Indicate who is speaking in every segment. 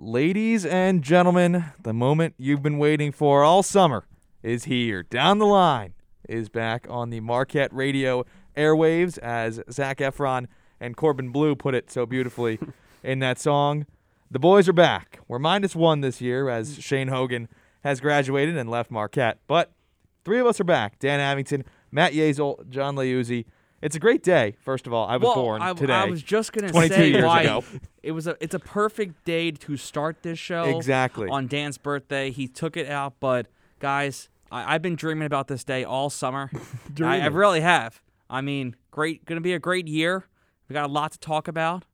Speaker 1: Ladies and gentlemen, the moment you've been waiting for all summer is here. Down the line is back on the Marquette radio airwaves, as Zach Efron and Corbin Blue put it so beautifully in that song. The boys are back. We're minus one this year, as Shane Hogan has graduated and left Marquette. But three of us are back Dan Abington, Matt Yazel, John Leuzzi. It's a great day, first of all. I was
Speaker 2: well,
Speaker 1: born
Speaker 2: I,
Speaker 1: today.
Speaker 2: I was just gonna
Speaker 1: 22
Speaker 2: say
Speaker 1: years
Speaker 2: why
Speaker 1: ago.
Speaker 2: it was a it's a perfect day to start this show.
Speaker 1: Exactly.
Speaker 2: On Dan's birthday, he took it out, but guys, I, I've been dreaming about this day all summer. I, I
Speaker 3: Dreaming.
Speaker 2: really have. I mean, great, gonna be a great year. We got a lot to talk about,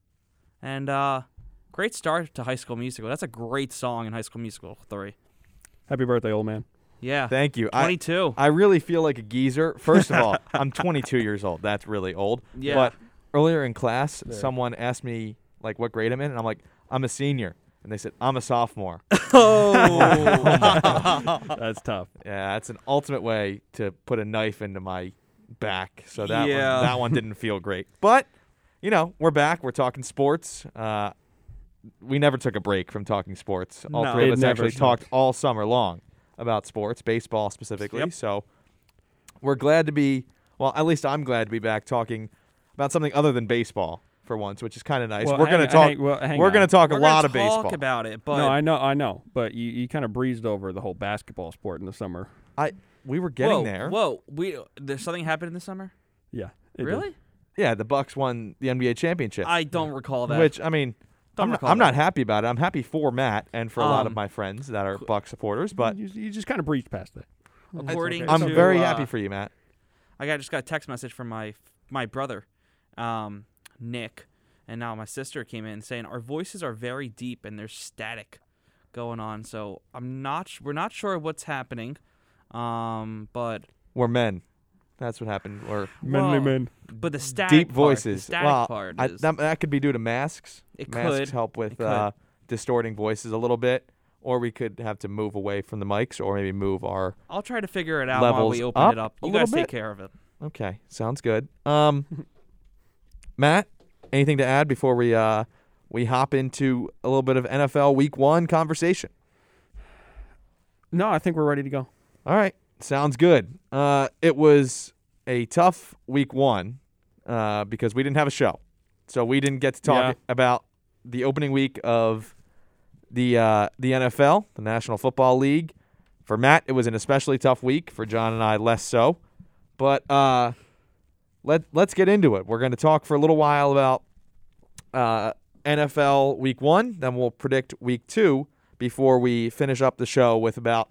Speaker 2: and uh, great start to High School Musical. That's a great song in High School Musical three.
Speaker 3: Happy birthday, old man.
Speaker 2: Yeah.
Speaker 1: Thank you. I-
Speaker 2: 22.
Speaker 1: I really feel like a geezer. First of all, I'm 22 years old. That's really old.
Speaker 2: Yeah.
Speaker 1: But earlier in class, someone asked me like what grade I'm in, and I'm like, I'm a senior, and they said I'm a sophomore. Oh.
Speaker 3: That's tough.
Speaker 1: yeah, that's an ultimate way to put a knife into my back. So that
Speaker 2: Yeah.
Speaker 1: one, that one didn't feel great. But you know, we're back. We're talking sports. Uh, we never took a break from talking sports. All
Speaker 2: No.
Speaker 1: three of
Speaker 3: It
Speaker 1: us
Speaker 3: never
Speaker 1: actually
Speaker 3: should.
Speaker 1: talked all summer long about sports, baseball specifically.
Speaker 3: Yep.
Speaker 1: So we're glad to be, well, at least I'm glad to be back talking about something other than baseball for once, which is kind of nice.
Speaker 3: Well,
Speaker 1: we're going
Speaker 3: hang-
Speaker 1: to talk.
Speaker 3: hang- well, hang
Speaker 1: we're going
Speaker 3: on.
Speaker 1: to talk
Speaker 2: We're
Speaker 1: a
Speaker 2: gonna
Speaker 1: lot of
Speaker 2: talk
Speaker 1: baseball.
Speaker 2: about it, but
Speaker 3: No, I know, I know, but you, you kind of breezed over the whole basketball sport in the summer.
Speaker 1: I we were getting
Speaker 2: whoa,
Speaker 1: there.
Speaker 2: Whoa, we there's something happened in the summer.
Speaker 3: Yeah. it did.
Speaker 2: really?
Speaker 1: Yeah, the Bucks won the NBA championship.
Speaker 2: I don't recall that.
Speaker 1: Which I mean,
Speaker 2: Don't
Speaker 1: I'm, not,
Speaker 2: recall
Speaker 1: I'm not
Speaker 2: that.
Speaker 1: happy about it. I'm happy for Matt and for a lot of
Speaker 2: Um,
Speaker 1: my friends that are Buck supporters, but
Speaker 3: You, you just kind of breezed past that.
Speaker 2: according
Speaker 3: okay.
Speaker 2: to,
Speaker 1: I'm very
Speaker 2: uh,
Speaker 1: happy for you, Matt.
Speaker 2: I got just got a text message from my my brother, um, Nick, and now my sister came in saying our voices are very deep and there's static going on. So I'm not sh- we're not sure what's happening, um, but
Speaker 1: We're men. That's what happened. We're
Speaker 3: Manly
Speaker 2: Well,
Speaker 3: men.
Speaker 2: but the static
Speaker 1: deep
Speaker 2: part, the
Speaker 1: voices.
Speaker 2: static
Speaker 1: well,
Speaker 2: part
Speaker 1: I-
Speaker 2: is
Speaker 1: that, that could be due to masks.
Speaker 2: It
Speaker 1: masks
Speaker 2: could.
Speaker 1: help with
Speaker 2: It could.
Speaker 1: Uh, distorting voices a little bit, or we could have to move away from the mics, or maybe move our.
Speaker 2: I'll try to figure it out while
Speaker 1: levels
Speaker 2: we open it
Speaker 1: up
Speaker 2: up.
Speaker 1: a
Speaker 2: You
Speaker 1: little
Speaker 2: guys take
Speaker 1: bit.
Speaker 2: care of it.
Speaker 1: Okay, sounds good. Um, Matt, anything to add before we uh we hop into a little bit of NFL Week One conversation?
Speaker 3: No, I think we're ready to go.
Speaker 1: All right, sounds good. Uh, it was a tough week one uh, because we didn't have a show, so we didn't get to talk
Speaker 3: Yeah.
Speaker 1: about the opening week of the uh, the NFL, the National Football League. For Matt, it was an especially tough week. For John and I, less so. But uh, let let's get into it. We're going to talk for a little while about uh, NFL Week One, then we'll predict Week Two before we finish up the show with about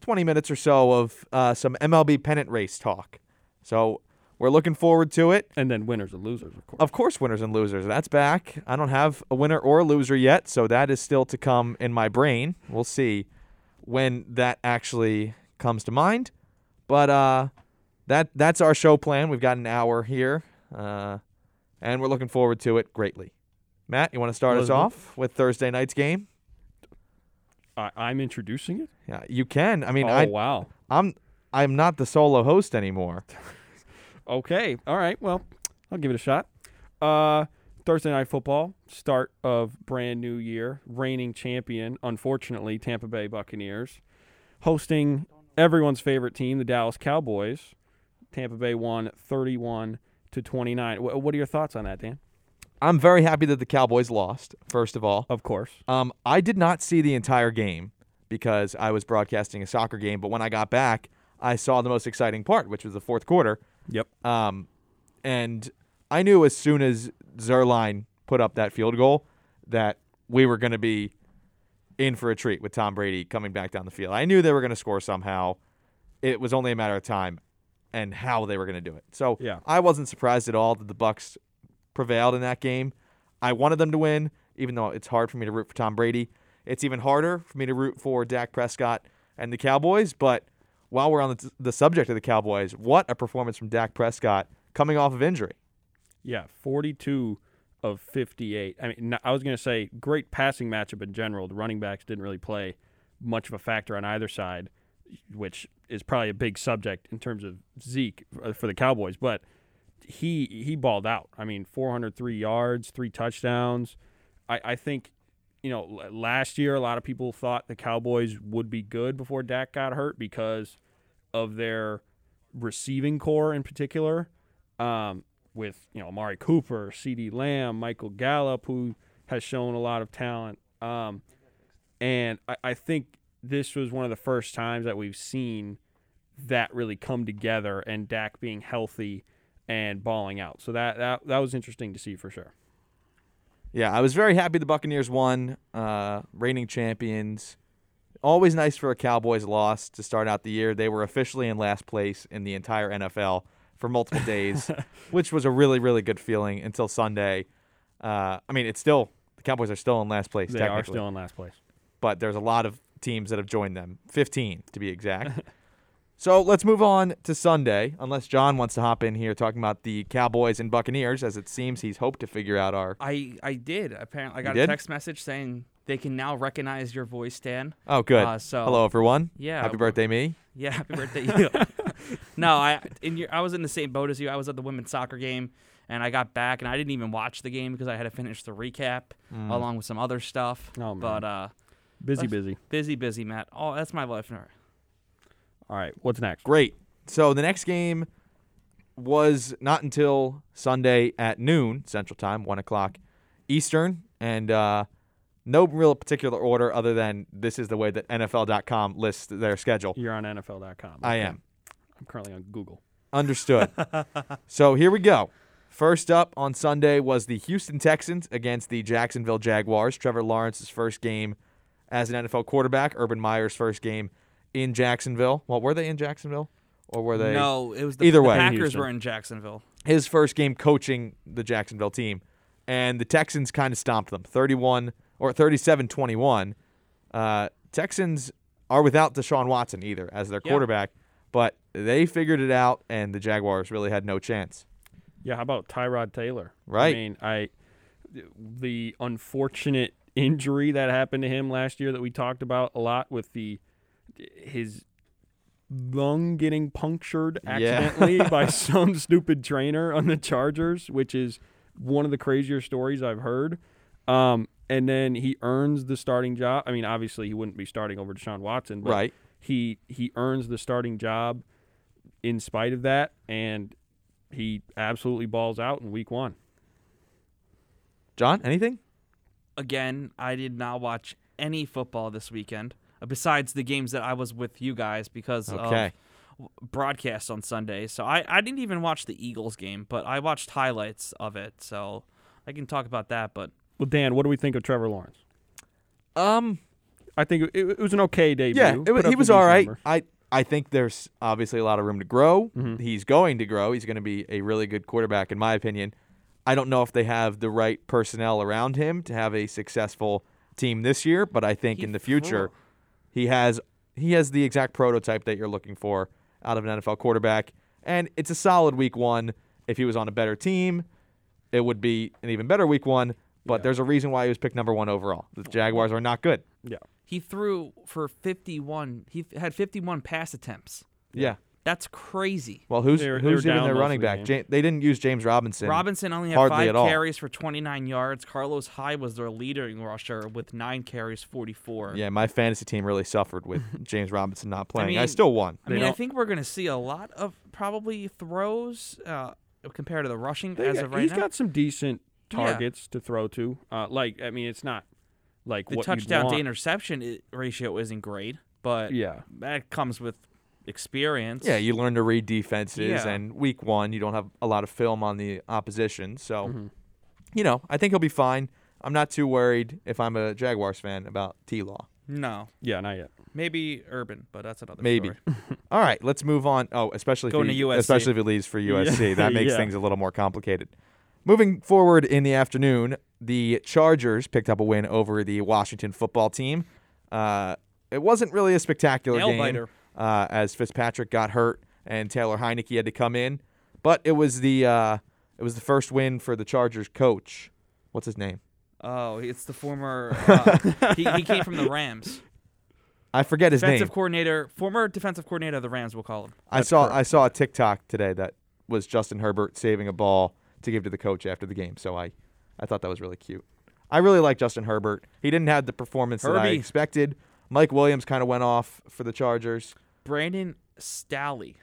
Speaker 1: 20 minutes or so of uh, some MLB pennant race talk. So we're looking forward to it.
Speaker 3: And then winners and losers, of course.
Speaker 1: Of course, winners and losers. That's back. I don't have a winner or a loser yet, so that is still to come in my brain. We'll see when that actually comes to mind. But uh, that that's our show plan. We've got an hour here, uh, and we're looking forward to it greatly. Matt, you want to start us
Speaker 3: Elizabeth?
Speaker 1: off with Thursday night's game?
Speaker 3: I, I'm introducing it.
Speaker 1: Yeah, you can. I mean,
Speaker 3: oh
Speaker 1: I,
Speaker 3: wow.
Speaker 1: I'm I'm not the solo host anymore.
Speaker 3: Okay. All right. Well, I'll give it a shot. Uh, Thursday night football, start of brand new year, reigning champion, unfortunately, Tampa Bay Buccaneers, hosting everyone's favorite team, the Dallas Cowboys. Tampa Bay won 31 to 29. Wh- what are your thoughts on that, Dan?
Speaker 1: I'm very happy that the Cowboys lost. First of all,
Speaker 3: Of course.
Speaker 1: Um, I did not see the entire game because I was broadcasting a soccer game. But when I got back, I saw the most exciting part, which was the fourth quarter.
Speaker 3: Yep.
Speaker 1: Um, and I knew as soon as Zerline put up that field goal that we were going to be in for a treat with Tom Brady coming back down the field. I knew they were going to score somehow. It was only a matter of time and how they were going to do it. So
Speaker 3: Yeah.
Speaker 1: I wasn't surprised at all that the Bucks prevailed in that game. I wanted them to win, even though it's hard for me to root for Tom Brady. It's even harder for me to root for Dak Prescott and the Cowboys. But while we're on the, the subject of the Cowboys, what a performance from Dak Prescott coming off of injury.
Speaker 3: Yeah, 42 of 58. I mean, n- I was going to say great passing matchup in general. The running backs didn't really play much of a factor on either side, which is probably a big subject in terms of Zeke uh, for the Cowboys, but he he balled out. I mean, 403 yards, three touchdowns. I, I think you know, l- last year a lot of people thought the Cowboys would be good before Dak got hurt because of their receiving core in particular, um, with you know Amari Cooper, C.D. Lamb, Michael Gallup, who has shown a lot of talent, um, and I, I think this was one of the first times that we've seen that really come together and Dak being healthy and balling out. So that that that was interesting to see for sure.
Speaker 1: Yeah, I was very happy the Buccaneers won, uh, reigning champions. Always nice for a Cowboys loss to start out the year. They were officially in last place in the entire NFL for multiple days, which was a really, really good feeling until Sunday. Uh, I mean, it's still the Cowboys are still in last place
Speaker 3: They
Speaker 1: technically,
Speaker 3: are still in last place.
Speaker 1: but there's a lot of teams that have joined them, 15 to be exact. so let's move on to Sunday, unless John wants to hop in here talking about the Cowboys and Buccaneers, as it seems he's hoped to figure out our.
Speaker 2: I I did apparently. I got
Speaker 1: did?
Speaker 2: a text message saying they can now recognize your voice, Dan.
Speaker 1: Oh, good.
Speaker 2: Uh, so
Speaker 1: Hello, everyone.
Speaker 2: Yeah.
Speaker 1: Happy birthday, me.
Speaker 2: Yeah, happy birthday. you. no, I in your, I was in the same boat as you. I was at the women's soccer game, and I got back, and I didn't even watch the game because I had to finish the recap
Speaker 1: Mm.
Speaker 2: along with some other stuff.
Speaker 3: Oh, man.
Speaker 2: But uh,
Speaker 3: Busy,
Speaker 2: Let's-
Speaker 3: busy.
Speaker 2: busy, busy, Matt. Oh, that's my life. now.
Speaker 3: All right, what's next?
Speaker 1: Great. So the next game was not until Sunday at noon Central Time, one o'clock Eastern, and uh, no real particular order other than this is the way that NFL.com lists their schedule.
Speaker 3: You're on NFL.com.
Speaker 1: I
Speaker 3: Okay.
Speaker 1: am.
Speaker 3: I'm currently on Google.
Speaker 1: Understood. so here we go. First up on Sunday was the Houston Texans against the Jacksonville Jaguars. Trevor Lawrence's first game as an NFL quarterback. Urban Meyer's first game in Jacksonville. Well, were they in Jacksonville, or were they?
Speaker 2: No, it was the,
Speaker 1: Either
Speaker 2: the
Speaker 1: way.
Speaker 2: Packers
Speaker 3: Houston.
Speaker 2: were in Jacksonville.
Speaker 1: His first game coaching the Jacksonville team, and the Texans kind of stomped them, 31 or 37-21. Uh, Texans are without Deshaun Watson either as their
Speaker 2: Yeah.
Speaker 1: quarterback, but they figured it out, and the Jaguars really had no chance.
Speaker 3: Yeah, how about Tyrod Taylor?
Speaker 1: Right.
Speaker 3: I mean, I the unfortunate injury that happened to him last year that we talked about a lot with the his lung getting punctured
Speaker 1: Yeah.
Speaker 3: accidentally by some stupid trainer on the Chargers, which is one of the crazier stories I've heard. Um, and then he earns the starting job. I mean, obviously he wouldn't be starting over Deshaun Watson, but
Speaker 1: Right.
Speaker 3: he he earns the starting job in spite of that, and he absolutely balls out in week one.
Speaker 1: John, anything?
Speaker 2: Again, I did not watch any football this weekend uh, besides the games that I was with you guys because of
Speaker 1: Okay.
Speaker 2: broadcast on Sunday. So I, I didn't even watch the Eagles game, but I watched highlights of it. So I can talk about that. But
Speaker 3: Well, Dan, what do we think of Trevor Lawrence?
Speaker 1: Um.
Speaker 3: I think it, it was an okay debut.
Speaker 1: Yeah, it,
Speaker 3: Put
Speaker 1: wa-
Speaker 3: up
Speaker 1: he
Speaker 3: a
Speaker 1: was all
Speaker 3: decent
Speaker 1: right.
Speaker 3: number.
Speaker 1: I I think there's obviously a lot of room to grow.
Speaker 3: Mm-hmm.
Speaker 1: He's going to grow. He's going to be a really good quarterback, in my opinion. I don't know if they have the right personnel around him to have a successful team this year, but I think
Speaker 2: He
Speaker 1: in the future, he has he has the exact prototype that you're looking for out of an NFL quarterback, and it's a solid week one. If he was on a better team, it would be an even better week one. But there's a reason why he was picked number one overall. The Jaguars are not good.
Speaker 3: Yeah,
Speaker 2: he threw for 51. He f- had 51 pass attempts.
Speaker 1: yeah.
Speaker 2: That's crazy.
Speaker 1: Well, who's
Speaker 3: They were- they
Speaker 1: who's
Speaker 3: were
Speaker 1: even
Speaker 3: down
Speaker 1: their
Speaker 3: most of
Speaker 1: running
Speaker 3: the
Speaker 1: back?
Speaker 3: game.
Speaker 1: Ja- they didn't use James Robinson.
Speaker 2: Robinson only had
Speaker 1: hardly
Speaker 2: five
Speaker 1: at all.
Speaker 2: carries for 29 yards. Carlos High was their leading rusher with nine carries, 44.
Speaker 1: Yeah, my fantasy team really suffered with James Robinson not playing. I,
Speaker 2: mean-
Speaker 1: still won.
Speaker 2: I
Speaker 3: They
Speaker 2: mean, I
Speaker 3: don't-
Speaker 2: think we're going to see a lot of probably throws uh, compared to the rushing
Speaker 3: He's
Speaker 2: as of right now.
Speaker 3: got some decent
Speaker 2: Yeah.
Speaker 3: targets to throw to. Uh, like, I mean, it's not like
Speaker 2: the
Speaker 3: what you'd
Speaker 2: touchdown to
Speaker 3: want.
Speaker 2: interception i- ratio isn't great, but
Speaker 3: Yeah,
Speaker 2: that comes with experience.
Speaker 1: Yeah, you learn to read defenses,
Speaker 2: Yeah.
Speaker 1: and week one you don't have a lot of film on the opposition, so
Speaker 3: Mm-hmm.
Speaker 1: you know I think he'll be fine. I'm not too worried if I'm a Jaguars fan about T Law.
Speaker 2: No,
Speaker 3: yeah, not yet.
Speaker 2: maybe urban, but that's another
Speaker 1: Maybe.
Speaker 2: story.
Speaker 1: All right, let's move on. Oh, especially
Speaker 2: Going
Speaker 1: if
Speaker 2: to
Speaker 1: he,
Speaker 2: USC.
Speaker 1: especially if he leaves for USC, that makes
Speaker 3: yeah.
Speaker 1: things a little more complicated. Moving forward in the afternoon, the Chargers picked up a win over the Washington football team. Uh, it wasn't really a spectacular
Speaker 2: Nail
Speaker 1: game
Speaker 2: biter.
Speaker 1: uh, as Fitzpatrick got hurt and Taylor Heineke had to come in, but it was the uh, it was the first win for the Chargers coach. What's his name?
Speaker 2: Oh, it's the former. Uh, he, he came from the Rams.
Speaker 1: I forget his
Speaker 2: Defensive
Speaker 1: name.
Speaker 2: coordinator, former defensive coordinator of the Rams, we'll call him.
Speaker 1: I saw I saw a TikTok today that was Justin Herbert saving a ball to give to the coach after the game. So I, I thought that was really cute. I really like Justin Herbert. He didn't have the performance that I
Speaker 2: Herbie.
Speaker 1: expected. Mike Williams kind of went off for the Chargers.
Speaker 2: Brandon Staley.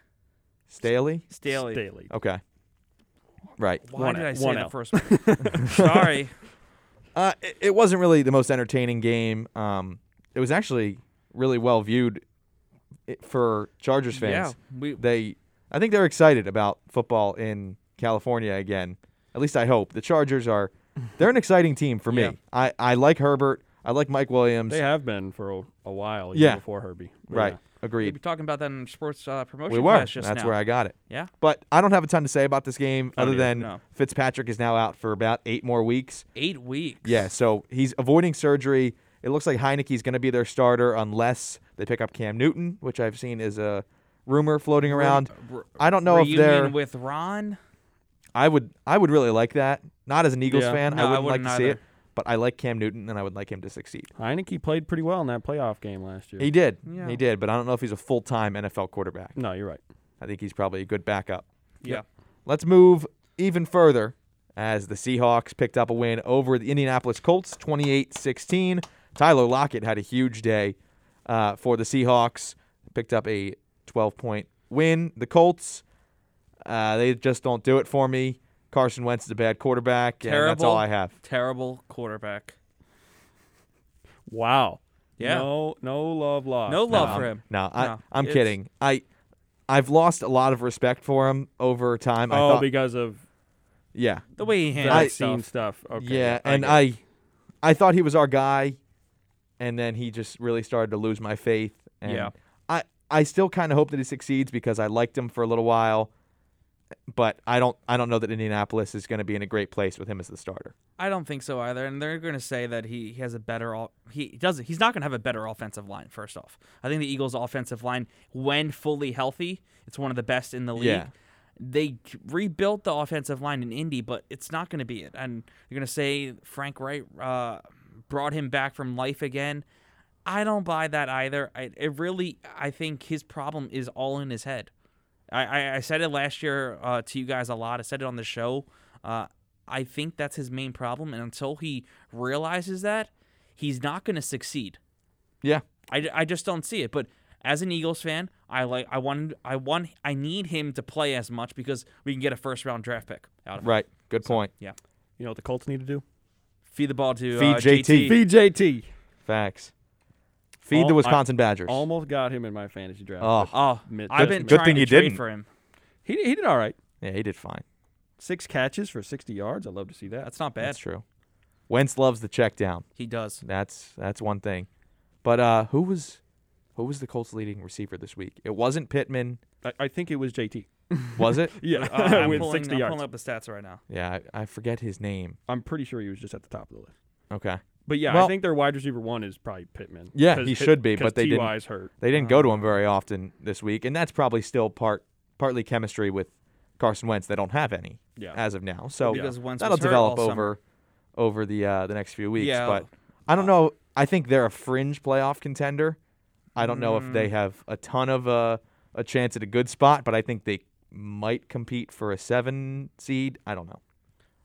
Speaker 1: Staley?
Speaker 2: Staley.
Speaker 3: Staley.
Speaker 1: Okay. Right.
Speaker 2: Why
Speaker 3: One
Speaker 2: did
Speaker 3: out-
Speaker 2: I say
Speaker 3: one
Speaker 2: the
Speaker 3: out.
Speaker 2: first one? Sorry.
Speaker 1: Uh, it, it wasn't really the most entertaining game. Um, it was actually really well viewed i- for Chargers
Speaker 2: yeah.
Speaker 1: fans.
Speaker 2: We
Speaker 1: They, I think they're excited about football in California again. At least I hope. The Chargers are, they're an exciting team for me.
Speaker 2: Yeah.
Speaker 1: I, I like Herbert. I like Mike Williams.
Speaker 3: They have been for a, a while, even
Speaker 1: Yeah.
Speaker 3: before Herbie. But
Speaker 1: right.
Speaker 3: yeah.
Speaker 2: we'd
Speaker 1: Agreed.
Speaker 2: be talking about that in sports uh, promotion
Speaker 1: We were.
Speaker 2: class just
Speaker 1: That's
Speaker 2: now.
Speaker 1: where I got it.
Speaker 2: Yeah.
Speaker 1: But I don't have a ton to say about this game
Speaker 3: I don't
Speaker 1: other
Speaker 3: either,
Speaker 1: than
Speaker 2: no.
Speaker 1: Fitzpatrick is now out for about eight more weeks.
Speaker 2: Eight weeks.
Speaker 1: Yeah, so he's avoiding surgery. It looks like Heineke's going to be their starter unless they pick up Cam Newton, which I've seen is a rumor floating around.
Speaker 2: Re-
Speaker 1: I don't know if
Speaker 2: reunion
Speaker 1: they're.
Speaker 2: with Ron.
Speaker 1: I would. I would really like that. Not as an Eagles
Speaker 3: Yeah.
Speaker 1: fan, I
Speaker 2: No, I
Speaker 1: wouldn't like to
Speaker 2: wouldn't
Speaker 1: see it.
Speaker 2: either.
Speaker 1: But I like Cam Newton, and I would like him to succeed.
Speaker 3: Heineke played pretty well in that playoff game last year.
Speaker 1: He did.
Speaker 2: Yeah.
Speaker 1: He did. But I don't know if he's a full-time NFL quarterback.
Speaker 3: no, you're right.
Speaker 1: I think he's probably a good backup.
Speaker 2: Yeah.
Speaker 1: Let's move even further as the Seahawks picked up a win over the Indianapolis Colts 28 16. Tyler Lockett had a huge day uh, for the Seahawks, picked up a 12 point win. The Colts, uh, they just don't do it for me. Carson Wentz is a bad quarterback, and that's all
Speaker 2: Terrible.
Speaker 1: I have.
Speaker 2: Terrible quarterback.
Speaker 3: Wow.
Speaker 2: Yeah.
Speaker 3: No, no love lost.
Speaker 2: No love
Speaker 1: No,
Speaker 2: for
Speaker 1: I'm-
Speaker 2: him.
Speaker 1: No, I,
Speaker 2: No,
Speaker 1: I'm
Speaker 2: it's-
Speaker 1: kidding. I, I've lost a lot of respect for him over time. I
Speaker 3: Oh,
Speaker 1: thought,
Speaker 3: because of
Speaker 1: yeah.
Speaker 2: The way he
Speaker 3: the
Speaker 1: I-
Speaker 2: handled
Speaker 3: vaccine
Speaker 2: stuff.
Speaker 3: stuff. Okay.
Speaker 1: yeah, and
Speaker 3: get it.
Speaker 1: I, I thought he was our guy, and then he just really started to lose my faith. And
Speaker 2: Yeah.
Speaker 1: I, I still kind of hope that he succeeds because I liked him for a little while, but I don't, I don't know that Indianapolis is going to be in a great place with him as the starter.
Speaker 2: I don't think so either. And they're going to say that he, he has a better all he doesn't. He's not going to have a better offensive line. First off, I think the Eagles' offensive line, when fully healthy, it's one of the best in the league.
Speaker 1: Yeah.
Speaker 2: They rebuilt the offensive line in Indy, but it's not going to be it. And you're going to say Frank Wright uh, brought him back from life again. I don't buy that either. I, it really, I think his problem is all in his head. I, I, I said it last year uh, to you guys a lot. I said it on the show. Uh, I think that's his main problem, and until he realizes that, he's not going to succeed.
Speaker 1: Yeah,
Speaker 2: I, I just don't see it. But as an Eagles fan, I like I want I want I need him to play as much because we can get a first round draft pick out of him.
Speaker 1: right. Good point.
Speaker 3: You know what the Colts need to do?
Speaker 2: Feed the ball to
Speaker 1: Feed
Speaker 2: uh,
Speaker 1: JT.
Speaker 2: JT.
Speaker 3: BJT.
Speaker 1: Facts. Feed
Speaker 3: Al-
Speaker 1: the
Speaker 3: I-
Speaker 1: Wisconsin Badgers.
Speaker 3: Almost got him in my fantasy draft.
Speaker 1: oh,
Speaker 2: Oh,
Speaker 3: Mid-
Speaker 2: I've
Speaker 3: Good-
Speaker 2: been
Speaker 1: good
Speaker 2: trying
Speaker 1: thing
Speaker 2: to
Speaker 1: you
Speaker 2: trade
Speaker 1: didn't.
Speaker 2: for him.
Speaker 3: He, he did all right.
Speaker 1: yeah, he did fine.
Speaker 3: Six catches for 60 yards. I'd love to see that.
Speaker 2: That's not bad.
Speaker 1: That's true. Wentz loves the check down.
Speaker 2: He does.
Speaker 1: That's that's one thing. But uh, who was who was the Colts leading receiver this week? It wasn't Pittman,
Speaker 3: I, I think it was JT.
Speaker 1: was it?
Speaker 3: Yeah,
Speaker 2: Uh, I'm,
Speaker 3: with
Speaker 2: pulling,
Speaker 3: 60
Speaker 2: I'm
Speaker 3: yards.
Speaker 2: pulling up the stats right now.
Speaker 1: Yeah, I, I forget his name.
Speaker 3: I'm pretty sure he was just at the top of the list.
Speaker 1: Okay.
Speaker 3: But yeah, I
Speaker 1: Well-
Speaker 3: think their wide receiver one is probably Pittman.
Speaker 1: Yeah,
Speaker 3: 'Cause
Speaker 1: he
Speaker 3: Pitt-
Speaker 1: should be,
Speaker 3: 'cause
Speaker 1: but they didn't.
Speaker 3: T.Y.'s hurt.
Speaker 1: They
Speaker 2: Uh,
Speaker 1: didn't go to him very often this week, and that's probably still part partly chemistry with Carson Wentz. They don't have any
Speaker 3: Yeah.
Speaker 1: as of now, so
Speaker 2: because Wentz
Speaker 1: Oh, that'll
Speaker 2: was hurt
Speaker 1: develop
Speaker 2: all summer.
Speaker 1: over over the uh, the next few weeks.
Speaker 2: Yeah.
Speaker 1: But I don't know. I think they're a fringe playoff contender. I don't know if they have a ton of uh, a chance at a good spot, but I think they might compete for a seven seed. I don't know.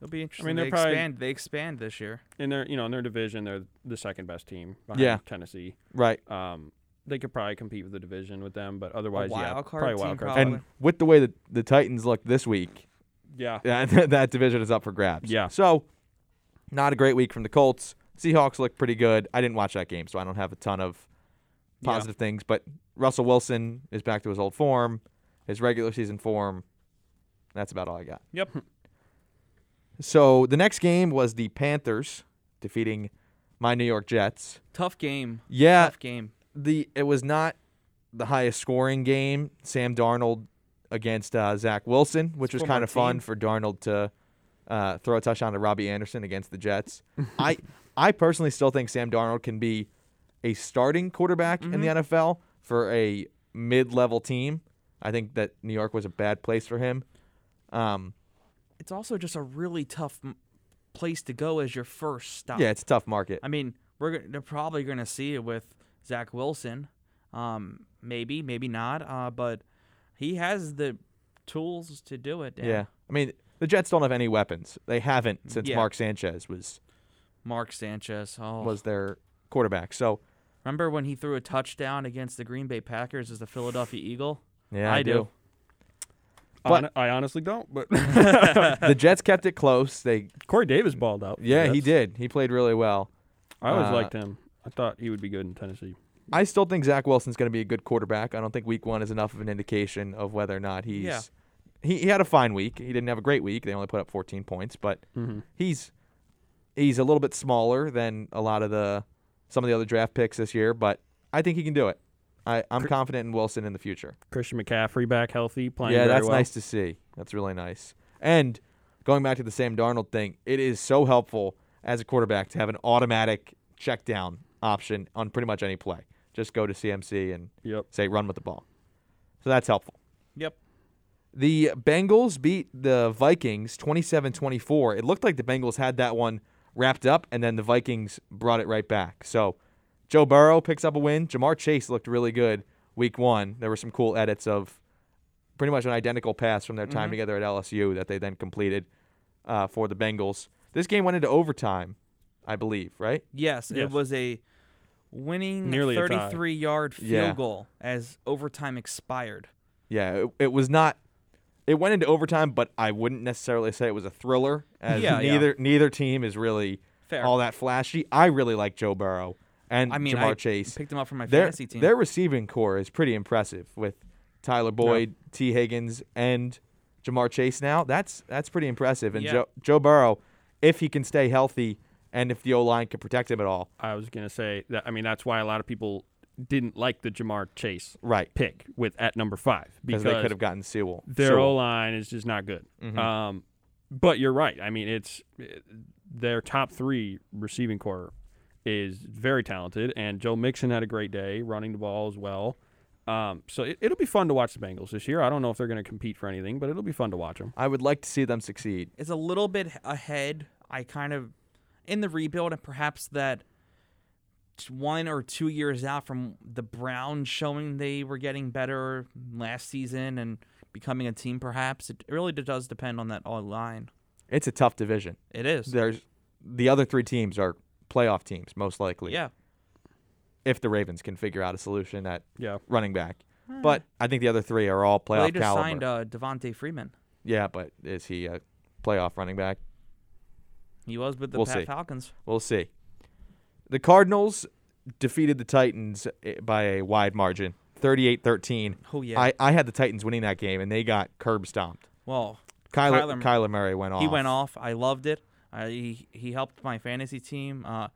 Speaker 2: It'll be interesting.
Speaker 3: mean,
Speaker 2: they
Speaker 3: they're probably-
Speaker 2: expand. They expand this year.
Speaker 3: in their you know in their division they're the second best team behind
Speaker 1: Yeah.
Speaker 3: Tennessee.
Speaker 1: Right.
Speaker 3: Um, they could probably compete with the division with them, but otherwise, yeah,
Speaker 2: wild card
Speaker 3: probably
Speaker 2: team,
Speaker 3: wild card.
Speaker 2: probably.
Speaker 1: And with the way that the Titans look this week,
Speaker 3: yeah,
Speaker 1: Yeah, that division is up for grabs.
Speaker 3: Yeah.
Speaker 1: So, not a great week from the Colts. Seahawks look pretty good. I didn't watch that game, so I don't have a ton of
Speaker 2: Yeah.
Speaker 1: positive things. But Russell Wilson is back to his old form, his regular season form. That's about all I got.
Speaker 2: Yep.
Speaker 1: So the next game was the Panthers defeating my New York Jets.
Speaker 2: Tough game.
Speaker 1: Yeah,
Speaker 2: Tough game.
Speaker 1: the it was not the highest scoring game. Sam Darnold against uh, Zach Wilson, which was
Speaker 2: for my
Speaker 1: kind of fun
Speaker 2: team.
Speaker 1: for Darnold to uh, throw a touchdown to Robbie Anderson against the Jets. I I personally still think Sam Darnold can be a starting quarterback in
Speaker 2: Mm-hmm.
Speaker 1: the NFL for a mid-level team. I think that New York was a bad place for him. Um,
Speaker 2: It's also just a really tough m- place to go as your first stop.
Speaker 1: yeah, it's a tough market.
Speaker 2: I mean, we're go- they're probably going to see it with Zach Wilson. Um, maybe, maybe not. Uh, but he has the tools to do it. Dan.
Speaker 1: Yeah. I mean, the Jets don't have any weapons. They haven't since
Speaker 2: Yeah.
Speaker 1: Mark Sanchez was
Speaker 2: Mark Sanchez. Oh,
Speaker 1: was their quarterback. So
Speaker 2: remember when he threw a touchdown against the Green Bay Packers as the Philadelphia Eagle?
Speaker 1: yeah,
Speaker 2: I do.
Speaker 1: But-
Speaker 3: Hon- I honestly don't. But
Speaker 1: the Jets kept it close. They
Speaker 3: Corey Davis balled out.
Speaker 1: yeah, he
Speaker 3: That's-
Speaker 1: did. He played really well.
Speaker 3: I always
Speaker 1: Uh,
Speaker 3: liked him. I thought he would be good in Tennessee.
Speaker 1: I still think Zach Wilson's going to be a good quarterback. I don't think Week One is enough of an indication of whether or not he's.
Speaker 2: Yeah.
Speaker 1: He, he had a fine week. He didn't have a great week. They only put up 14 points, but
Speaker 3: Mm-hmm.
Speaker 1: he's he's a little bit smaller than a lot of the some of the other draft picks this year, but I think he can do it. I, I'm
Speaker 3: Cr-
Speaker 1: confident in Wilson in the future.
Speaker 3: Christian McCaffrey back healthy, playing.
Speaker 1: yeah,
Speaker 3: very
Speaker 1: that's
Speaker 3: well.
Speaker 1: nice to see. That's really nice. And going back to the Sam Darnold thing, it is so helpful as a quarterback to have an automatic check down option on pretty much any play. Just go to CMC and
Speaker 3: Yep.
Speaker 1: say run with the ball. So that's helpful.
Speaker 2: Yep.
Speaker 1: The Bengals beat the Vikings 27 24. It looked like the Bengals had that one wrapped up, and then the Vikings brought it right back. So Joe Burrow picks up a win. Jamar Chase looked really good week one. There were some cool edits of pretty much an identical pass from their time
Speaker 2: Mhm.
Speaker 1: together at LSU that they then completed uh, for the Bengals. This game went into overtime, I believe, right?
Speaker 2: Yes,
Speaker 3: Yes.
Speaker 2: it was a winning
Speaker 3: Nearly a tie.
Speaker 2: 33 yard field
Speaker 1: Yeah.
Speaker 2: goal as overtime expired.
Speaker 1: Yeah, it, it was not. It went into overtime, but I wouldn't necessarily say it was a thriller. As
Speaker 2: Yeah, yeah.
Speaker 1: neither neither team is really
Speaker 2: Fair.
Speaker 1: all that flashy. I really like Joe Burrow and
Speaker 2: I mean,
Speaker 1: Jamar
Speaker 2: I
Speaker 1: Chase.
Speaker 2: picked him up for my
Speaker 1: Their
Speaker 2: fantasy team.
Speaker 1: their receiving core is pretty impressive with Tyler Boyd, T. Higgins, and Jamar Chase. Now that's that's pretty impressive. And
Speaker 2: Yeah.
Speaker 1: Joe Joe Burrow, if he can stay healthy and if the O line can protect him at all,
Speaker 3: I was gonna say that. I mean, that's why a lot of people didn't like the Jamar Chase
Speaker 1: right?
Speaker 3: pick with at number five
Speaker 1: Because they could have gotten Sewell.
Speaker 3: their
Speaker 1: Sewell.
Speaker 3: O line is just not good.
Speaker 2: Mm-hmm.
Speaker 3: Um, but you're right. I mean, it's eh, their top three receiving core is very talented, and Joe Mixon had a great day running the ball as well. Um, so it, it'll be fun to watch the Bengals this year. I don't know if they're going to compete for anything, but it'll be fun to watch them.
Speaker 1: I would like to see them succeed.
Speaker 2: is a little bit ahead. I kind of in the rebuild, and perhaps that t- one or two years out from the Browns showing they were getting better last season and becoming a team. Perhaps it really d- does depend on that all line.
Speaker 1: It's a tough division.
Speaker 2: It is.
Speaker 1: There's the other three teams are playoff teams most likely.
Speaker 2: yeah.
Speaker 1: If the Ravens can figure out a solution at
Speaker 3: Yeah.
Speaker 1: running back. But I think the other three are all playoff
Speaker 2: Hmm. Well, they just
Speaker 1: caliber.
Speaker 2: signed uh, Devontae Freeman.
Speaker 1: Yeah, but is he a playoff running back?
Speaker 2: He was with the
Speaker 1: We'll
Speaker 2: Pat
Speaker 1: see.
Speaker 2: Falcons.
Speaker 1: We'll see. The Cardinals defeated the Titans eh, by a wide margin, 38-13.
Speaker 2: Oh yeah.
Speaker 1: I, I had the Titans winning that game, and they got curb stomped.
Speaker 2: well,
Speaker 1: Kyler, Kyler,
Speaker 2: Kyler-
Speaker 1: Murray went off.
Speaker 2: he went off. I loved it. I, he, he helped my fantasy team. Uh,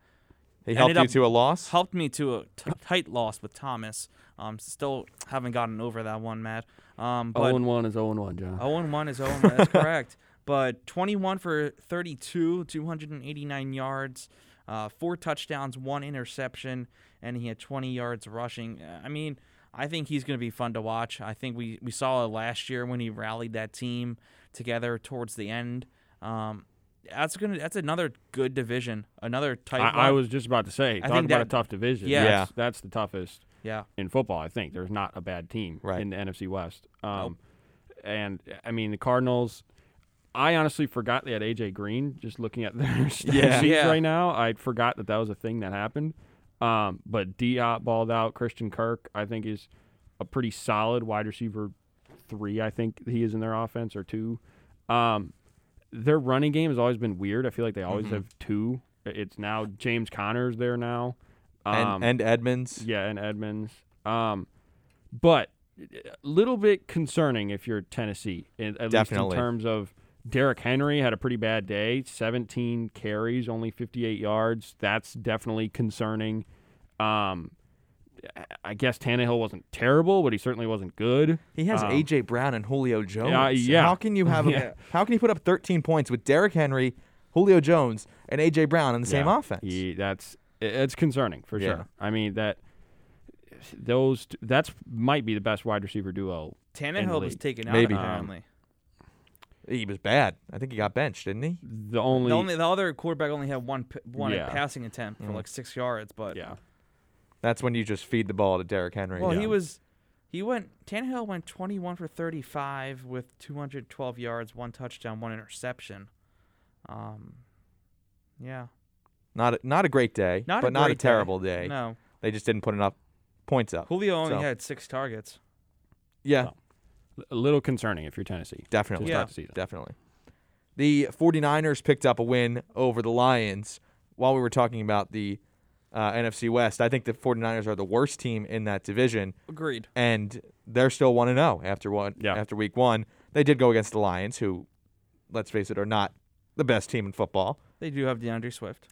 Speaker 1: He helped
Speaker 2: Ended
Speaker 1: you
Speaker 2: up-
Speaker 1: to a loss.
Speaker 2: helped me to a t- tight loss with Thomas. Um, still haven't gotten over that one, Matt. Um, but Oh,
Speaker 3: 0 and 1 is 0 and 1, John.
Speaker 2: 0 and 1 is 0 and 1. That's correct. But 21 for 32, 289 yards, uh, four touchdowns, one interception, and he had 20 yards rushing. Uh, I mean, I think he's going to be fun to watch. I think we, we saw it last year when he rallied that team together towards the end. Um, that's gonna. That's another good division. Another tight.
Speaker 3: I, I
Speaker 2: one.
Speaker 3: was just about to say, talking
Speaker 2: think
Speaker 3: about a
Speaker 2: that-
Speaker 3: tough division.
Speaker 2: Yeah.
Speaker 3: That's, that's the toughest.
Speaker 2: Yeah.
Speaker 3: in football. I think there's not a bad team
Speaker 1: Right.
Speaker 3: in the NFC West. Um, And I mean the Cardinals. I honestly forgot they had AJ Green. Just looking at their stat
Speaker 1: Yeah.
Speaker 3: sheets
Speaker 2: Yeah.
Speaker 3: right now, I forgot that that was a thing that happened. Um, but Diop balled out. Christian Kirk, I think, is a pretty solid wide receiver three. I think he is in their offense or two. Um, their running game has always been weird. I feel like they always
Speaker 1: Mm-hmm.
Speaker 3: have two. It's now James Connor's there now.
Speaker 1: and,
Speaker 3: Um,
Speaker 1: and Edmonds.
Speaker 3: yeah, and Edmonds. Um, but a little bit concerning if you're Tennessee, in, at least
Speaker 1: Definitely.
Speaker 3: in terms of Derrick Henry had a pretty bad day. 17 carries, only 58 yards. That's definitely concerning. Um, I- I guess Tannehill wasn't terrible, but he certainly wasn't good.
Speaker 1: He has
Speaker 3: Um,
Speaker 1: AJ Brown and Julio Jones.
Speaker 3: yeah.
Speaker 1: How can you have a,
Speaker 3: Yeah.
Speaker 1: how can you put up 13 points with Derrick Henry, Julio Jones, and AJ Brown in the same
Speaker 3: Yeah.
Speaker 1: offense?
Speaker 3: Ye- that's i- it's concerning for
Speaker 1: Yeah.
Speaker 3: sure. I mean that those t- that's might be the best wide receiver duo.
Speaker 2: Tannehill was
Speaker 3: league.
Speaker 2: taken out
Speaker 1: Maybe.
Speaker 2: apparently.
Speaker 1: He was bad. I think he got benched, didn't he?
Speaker 3: The only,
Speaker 2: The only the other quarterback only had one p- one
Speaker 3: Yeah.
Speaker 2: passing attempt for like six yards, but
Speaker 3: yeah.
Speaker 1: That's when you just feed the ball to Derrick Henry.
Speaker 2: well
Speaker 1: yeah.
Speaker 2: he was he went Tannehill went twenty one for thirty five with two hundred twelve yards, one touchdown, one interception. Um, yeah,
Speaker 1: Not a, not a great day,
Speaker 2: Not a
Speaker 1: but not a
Speaker 2: great day.
Speaker 1: terrible day.
Speaker 2: No,
Speaker 1: They just didn't put enough points up.
Speaker 2: Julio only
Speaker 1: So-
Speaker 2: had six targets.
Speaker 1: Yeah,
Speaker 3: No. A little concerning if you're Tennessee.
Speaker 1: definitely.
Speaker 2: Yeah.
Speaker 3: the season.
Speaker 1: Definitely. The 49ers picked up a win over the Lions while we were talking about the uh, NFC West. I think the 49ers are the worst team in that division,
Speaker 2: Agreed.
Speaker 1: and they're still 1 0 after, one,
Speaker 3: Yeah.
Speaker 1: after week one. They did go against the Lions, who, let's face it, are not the best team in football.
Speaker 2: They do have DeAndre Swift.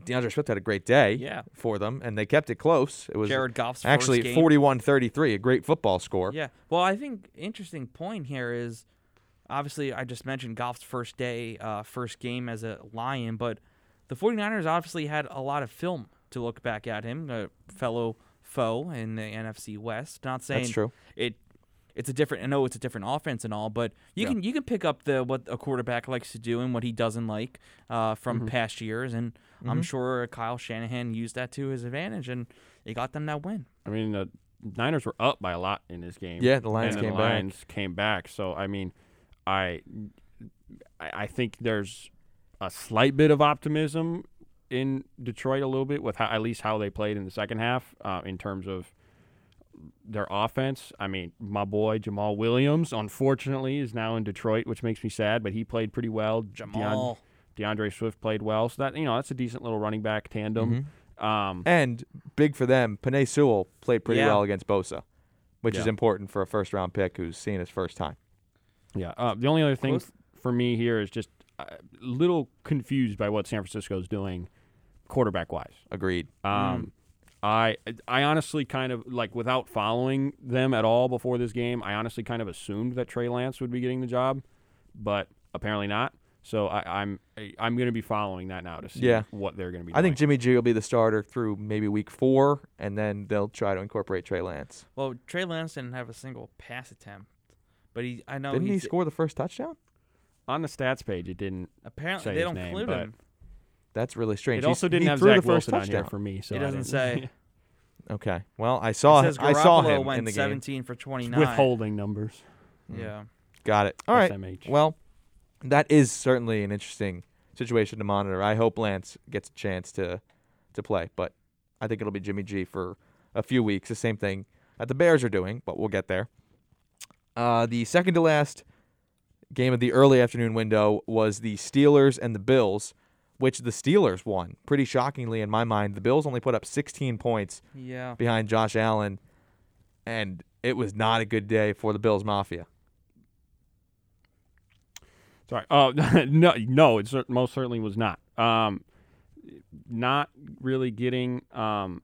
Speaker 1: DeAndre Swift had a great day
Speaker 2: Yeah.
Speaker 1: for them, and they kept it close. It was
Speaker 2: Jared Goff's first
Speaker 1: actually
Speaker 2: game.
Speaker 1: 41 33, a great football score.
Speaker 2: Yeah. Well, I think interesting point here is obviously I just mentioned Goff's first day, uh, first game as a Lion, but the 49ers obviously had a lot of film to look back at him, a fellow foe in the NFC West. Not saying
Speaker 1: That's true.
Speaker 2: it it's a different I know it's a different offense and all, but you can you can pick up the what a quarterback likes to do and what he doesn't like uh, from
Speaker 1: Mm-hmm.
Speaker 2: past years and I'm sure Kyle Shanahan used that to his advantage and it got them that win.
Speaker 3: I mean, the Niners were up by a lot in this game.
Speaker 1: Yeah, the Lions
Speaker 3: and then
Speaker 1: came
Speaker 3: the
Speaker 1: back.
Speaker 3: Lions came back. So I mean, I, I I think there's a slight bit of optimism in Detroit a little bit with how, at least how they played in the second half uh, in terms of their offense. I mean, my boy Jamal Williams, unfortunately, is now in Detroit, which makes me sad. But he played pretty well. Deon-
Speaker 2: Jamal.
Speaker 3: DeAndre Swift played well. So that you know that's a decent little running back tandem.
Speaker 1: Mm-hmm.
Speaker 3: Um,
Speaker 1: And big for them, Panay Sewell played pretty
Speaker 2: Yeah.
Speaker 1: well against Bosa, which is
Speaker 3: Yeah.
Speaker 1: important for a first round pick who's seen his first time.
Speaker 3: Yeah. Uh, the only other thing
Speaker 2: Close.
Speaker 3: f- for me here is just a little confused by what San Francisco is doing quarterback wise.
Speaker 1: Agreed. Mm.
Speaker 3: Um, I I honestly kind of like without following them at all before this game, I honestly kind of assumed that Trey Lance would be getting the job, but apparently not. So I, I'm I- I'm going to be following that now to see
Speaker 1: Yeah.
Speaker 3: what they're going to be.
Speaker 1: I think
Speaker 3: doing.
Speaker 1: Jimmy G will be the starter through maybe week four, and then they'll try to incorporate Trey Lance.
Speaker 2: Well, Trey Lance didn't have a single pass attempt, but he I know
Speaker 1: Didn't he
Speaker 2: he's
Speaker 1: score the first touchdown?
Speaker 3: on the stats page it didn't.
Speaker 2: apparently
Speaker 3: say
Speaker 2: they
Speaker 3: his
Speaker 2: don't
Speaker 3: name,
Speaker 2: include
Speaker 3: but
Speaker 2: him.
Speaker 1: That's really strange.
Speaker 3: It
Speaker 1: He's-
Speaker 3: also didn't
Speaker 1: he
Speaker 3: have
Speaker 1: threw
Speaker 3: Zach
Speaker 1: the first
Speaker 3: Wilson on
Speaker 1: touchdown.
Speaker 3: here for me, so
Speaker 2: It
Speaker 3: I
Speaker 2: doesn't
Speaker 3: didn't-
Speaker 2: say.
Speaker 1: Okay. Well, I
Speaker 2: It
Speaker 1: saw
Speaker 2: says
Speaker 1: him. I saw
Speaker 2: Garoppolo
Speaker 1: him
Speaker 2: went
Speaker 1: in the game.
Speaker 2: 17 for 29.
Speaker 3: withholding numbers.
Speaker 2: Yeah.
Speaker 1: Got it. All right.
Speaker 3: SMH.
Speaker 1: Well, that is certainly an interesting situation to monitor. I hope Lance gets a chance to to play, but I think it'll be Jimmy G for a few weeks. The same thing that the Bears are doing, but we'll get there. Uh, the second to last game of the early afternoon window was the Steelers and the Bills, which the Steelers won pretty shockingly in my mind. The Bills only put up 16 points
Speaker 2: Yeah.
Speaker 1: behind Josh Allen, and it was not a good day for the Bills Mafia.
Speaker 3: Sorry. Oh no, no, it cer- most certainly was not. Um, not really getting um,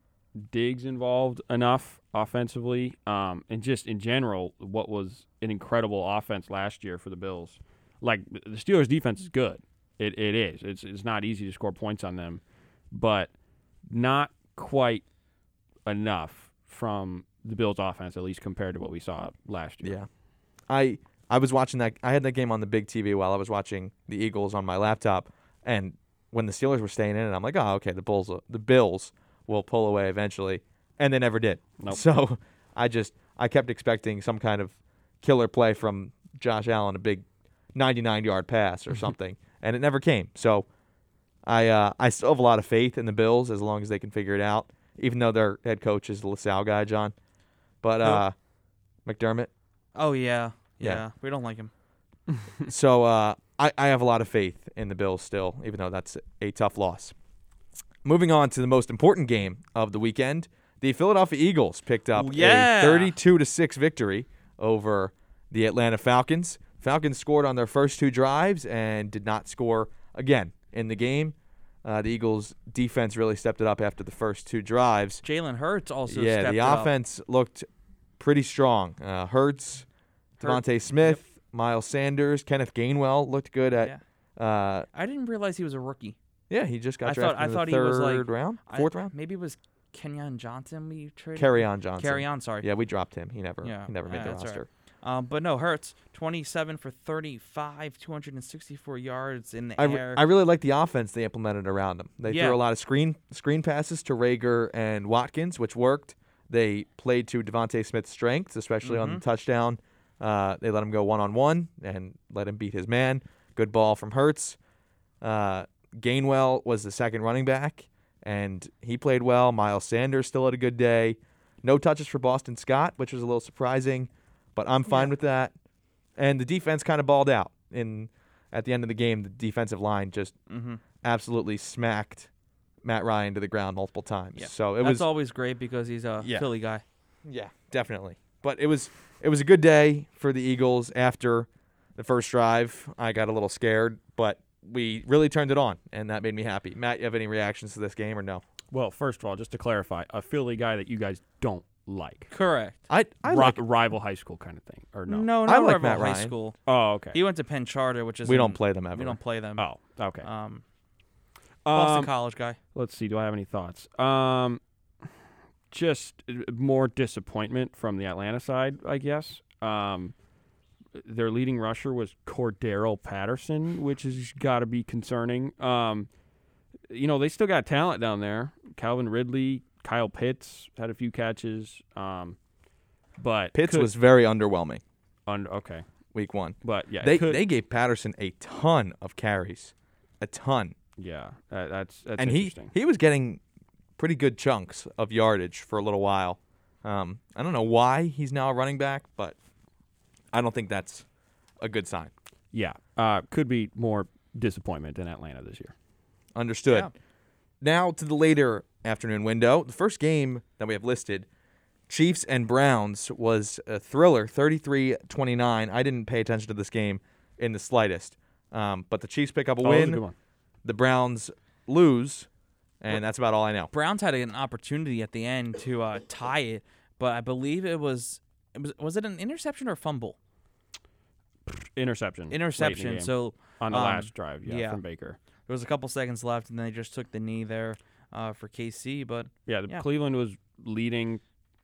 Speaker 3: Diggs involved enough offensively, um, and just in general, what was an incredible offense last year for the Bills. Like the Steelers' defense is good. It it is. It's it's not easy to score points on them, but not quite enough from the Bills' offense, at least compared to what we saw last year.
Speaker 1: Yeah. I I was watching that I had that game on the big TV while I was watching the Eagles on my laptop and when the Steelers were staying in and I'm like, "Oh, okay, the Bulls will- the Bills will pull away eventually." And they never did.
Speaker 3: Nope.
Speaker 1: So, I just I kept expecting some kind of killer play from Josh Allen, a big 99-yard pass or
Speaker 3: Mm-hmm.
Speaker 1: something, and it never came. So, I uh, I still have a lot of faith in the Bills as long as they can figure it out, even though their head coach is the LaSalle guy, John. But uh, McDermott,
Speaker 2: Oh yeah.
Speaker 1: Yeah.
Speaker 2: Yeah. We don't like him.
Speaker 1: so uh, I, I have a lot of faith in the Bills still, even though that's a tough loss. Moving on to the most important game of the weekend, the Philadelphia Eagles picked up
Speaker 2: Yeah.
Speaker 1: a 32 to 6 victory over the Atlanta Falcons. Falcons scored on their first two drives and did not score again in the game. Uh, the Eagles' defense really stepped it up after the first two drives
Speaker 2: Jalen Hurts also.
Speaker 1: yeah,
Speaker 2: stepped
Speaker 1: the
Speaker 2: it up.
Speaker 1: offense looked pretty strong. Uh, Hertz,
Speaker 2: Hurt-
Speaker 1: Devontae Smith, Miles Sanders, Kenneth Gainwell looked good at. Yeah, uh,
Speaker 2: I didn't realize he was a rookie.
Speaker 1: yeah he just got
Speaker 2: I
Speaker 1: drafted
Speaker 2: thought- I
Speaker 1: in the
Speaker 2: thought he
Speaker 1: third
Speaker 2: was, like,
Speaker 1: round,
Speaker 2: I-
Speaker 1: fourth round.
Speaker 2: Maybe it was Kenyon Johnson we traded.
Speaker 1: Carry on Johnson.
Speaker 2: Carry on. Sorry.
Speaker 1: Yeah, we dropped him. He never,
Speaker 2: Yeah,
Speaker 1: he never made
Speaker 2: uh,
Speaker 1: the
Speaker 2: that's all right.
Speaker 1: roster.
Speaker 2: Um, but no, Hurts, 27 for 35, 264 yards in the
Speaker 1: I, re-
Speaker 2: air.
Speaker 1: I really like the offense they implemented around him. They
Speaker 2: Yeah.
Speaker 1: threw a lot of screen screen passes to Rager and Watkins, which worked. They played to Devontae Smith's strengths, especially on the
Speaker 2: Mm-hmm.
Speaker 1: touchdown. Uh, they let him go one on one and let him beat his man. Good ball from Hertz. Uh, Gainwell was the second running back, and he played well. Miles Sanders still had a good day. No touches for Boston Scott, which was a little surprising, but I'm fine with that. And the defense kind of balled out. In at the end of the game, the defensive line just
Speaker 2: Mm-hmm.
Speaker 1: absolutely smacked Matt Ryan to the ground multiple times.
Speaker 2: Yeah.
Speaker 1: So it
Speaker 2: That's
Speaker 1: was
Speaker 2: always great because he's a
Speaker 1: Yeah.
Speaker 2: Philly guy.
Speaker 1: yeah, definitely. But it was it was a good day for the Eagles after the first drive. I got a little scared, but we really turned it on, and that made me happy. Matt, you have any reactions to this game or no?
Speaker 3: Well, first of all, just to clarify, a Philly guy that you guys don't like.
Speaker 2: Correct.
Speaker 1: I I
Speaker 3: Ri-
Speaker 1: like
Speaker 3: rival high school kind of thing, or no?
Speaker 2: no,
Speaker 1: I
Speaker 2: not
Speaker 1: like
Speaker 2: Rival
Speaker 1: Matt
Speaker 2: High
Speaker 1: Ryan.
Speaker 2: School.
Speaker 3: Oh, okay.
Speaker 2: He went to Penn Charter, which is
Speaker 1: we
Speaker 2: in-
Speaker 1: don't play them ever.
Speaker 2: We don't play them.
Speaker 3: Oh, okay.
Speaker 1: Uh,
Speaker 2: Um, Boston
Speaker 3: Um,
Speaker 2: College guy.
Speaker 3: let's see. Do I have any thoughts? Um, just uh, more disappointment from the Atlanta side, I guess. Um, their leading rusher was Cordero Patterson, which has got to be concerning. Um, you know, they still got talent down there. Calvin Ridley, Kyle Pitts had a few catches. Um, but
Speaker 1: Pitts
Speaker 3: could-
Speaker 1: was very underwhelming
Speaker 3: un- okay,
Speaker 1: week one.
Speaker 3: but yeah,
Speaker 1: They
Speaker 3: could-
Speaker 1: they gave Patterson a ton of carries, a ton,
Speaker 3: yeah, that, that's that's
Speaker 1: and he
Speaker 3: interesting.
Speaker 1: he was getting pretty good chunks of yardage for a little while. Um, I don't know why he's now a running back, but I don't think that's a good sign.
Speaker 3: yeah, uh, could be more disappointment in Atlanta this year.
Speaker 1: Understood.
Speaker 2: Yeah.
Speaker 1: Now to the later afternoon window. The first game that we have listed, Chiefs and Browns, was a thriller 33 29. I didn't pay attention to this game in the slightest. Um, but the Chiefs pick up a
Speaker 3: Oh, that was a good
Speaker 1: win,
Speaker 3: one.
Speaker 1: the Browns lose, and that's about all I know.
Speaker 2: Browns had an opportunity at the end to uh, tie it, but I believe it was it was was it an interception or fumble?
Speaker 3: interception. late in the
Speaker 2: Interception.
Speaker 3: game
Speaker 2: So
Speaker 3: on the
Speaker 2: um,
Speaker 3: last drive, yeah,
Speaker 2: yeah.
Speaker 3: from Baker.
Speaker 2: there was a couple seconds left, and they just took the knee there uh, for KC. But
Speaker 3: Yeah, the
Speaker 2: Yeah.
Speaker 3: Cleveland was leading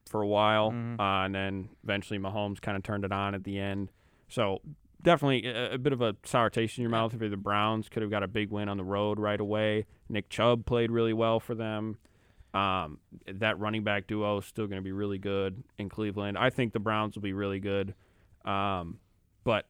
Speaker 3: for a while,
Speaker 2: Mhm.
Speaker 3: uh, and then eventually Mahomes kind of turned it on at the end. So definitely a, a bit of a sour taste in your mouth if you're the Browns. Could have got a big win on the road right away. Nick Chubb played really well for them. Um, that running back duo is still going to be really good in Cleveland. I think the Browns will be really good, um, but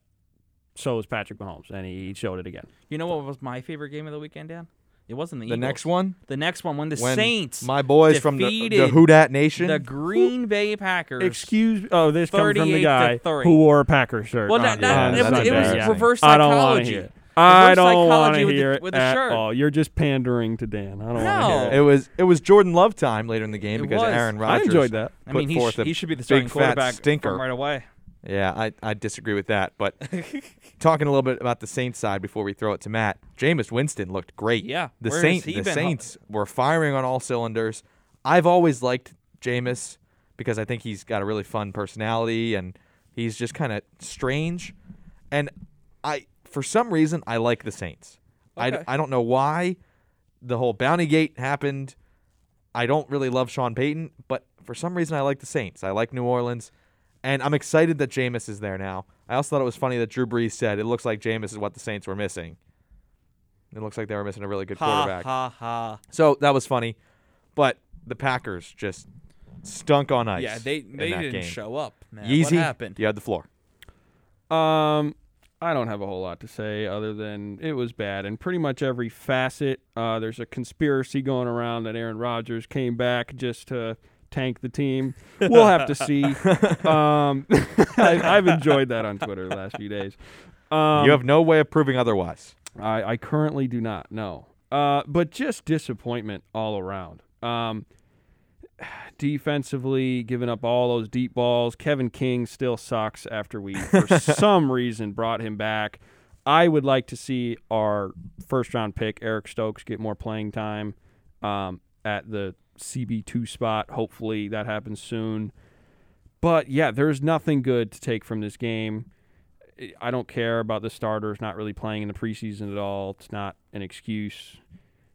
Speaker 3: so is Patrick Mahomes, and he showed it again.
Speaker 2: you know what was my favorite game of the weekend, Dan? It wasn't the
Speaker 1: The
Speaker 2: Eagles.
Speaker 1: next one,
Speaker 2: The next one when the
Speaker 1: when
Speaker 2: Saints,
Speaker 1: my boys from the, the
Speaker 2: defeated
Speaker 1: Houdat Nation,
Speaker 2: the Green Bay Packers.
Speaker 3: Excuse. Oh, this comes
Speaker 2: 38
Speaker 3: from the
Speaker 2: to
Speaker 3: guy
Speaker 2: 30.
Speaker 3: who wore a Packer shirt.
Speaker 2: Well,
Speaker 3: on-
Speaker 2: that-
Speaker 1: that-
Speaker 3: on
Speaker 1: it was-
Speaker 3: Sunday.
Speaker 1: it was
Speaker 3: Yeah.
Speaker 2: reverse
Speaker 3: I don't wanna
Speaker 2: psychology.
Speaker 3: hear it. I
Speaker 2: Reverse
Speaker 3: don't want to
Speaker 2: psychology with the-
Speaker 3: hear it
Speaker 2: with the
Speaker 3: at
Speaker 2: shirt.
Speaker 3: all. You're just pandering to Dan. I don't want to
Speaker 2: No.
Speaker 3: hear it.
Speaker 1: it was it was Jordan Love time later in the game
Speaker 2: It
Speaker 1: because
Speaker 2: was.
Speaker 1: Aaron
Speaker 3: I
Speaker 1: Rodgers.
Speaker 3: enjoyed that.
Speaker 2: I
Speaker 1: put
Speaker 2: mean, he,
Speaker 1: forth
Speaker 2: sh-
Speaker 1: a
Speaker 2: he should be the
Speaker 1: big
Speaker 2: starting
Speaker 1: fat
Speaker 2: quarterback
Speaker 1: stinker.
Speaker 2: from right away.
Speaker 1: Yeah, I, I disagree with that. But talking a little bit about the Saints side before we throw it to Matt, Jameis Winston looked great.
Speaker 2: Yeah,
Speaker 1: the
Speaker 2: where has
Speaker 1: Saints
Speaker 2: he
Speaker 1: the
Speaker 2: been?
Speaker 1: Saints were firing on all cylinders. I've always liked Jameis because I think he's got a really fun personality and he's just kind of strange. And I, for some reason, I like the Saints.
Speaker 2: Okay.
Speaker 1: I, I don't know why. The whole bounty gate happened. I don't really love Sean Payton, but for some reason I like the Saints. I like New Orleans, and I'm excited that Jameis is there now. I also thought it was funny that Drew Brees said it looks like Jameis is what the Saints were missing. It looks like they were missing a really good
Speaker 2: Ha
Speaker 1: quarterback.
Speaker 2: ha ha.
Speaker 1: So that was funny, but the Packers just stunk on ice.
Speaker 2: Yeah, they
Speaker 1: in
Speaker 2: they
Speaker 1: that
Speaker 2: didn't
Speaker 1: game.
Speaker 2: show up, man.
Speaker 1: Yeezy,
Speaker 2: What happened?
Speaker 1: You had the floor.
Speaker 3: Um, I don't have a whole lot to say other than it was bad in pretty much every facet. Uh, there's a conspiracy going around that Aaron Rodgers came back just to tank the team. We'll have to see. um, I, I've enjoyed that on Twitter the last few days. Um,
Speaker 1: you have no way of proving otherwise.
Speaker 3: I, I currently do not know. Uh, but just disappointment all around. Um, defensively, giving up all those deep balls. Kevin King still sucks after we, for some reason, brought him back. I would like to see our first round pick, Eric Stokes, get more playing time um, at the CB2 spot. Hopefully that happens soon. But yeah, there's nothing good to take from this game. I don't care about the starters not really playing in the preseason at all. It's not an excuse.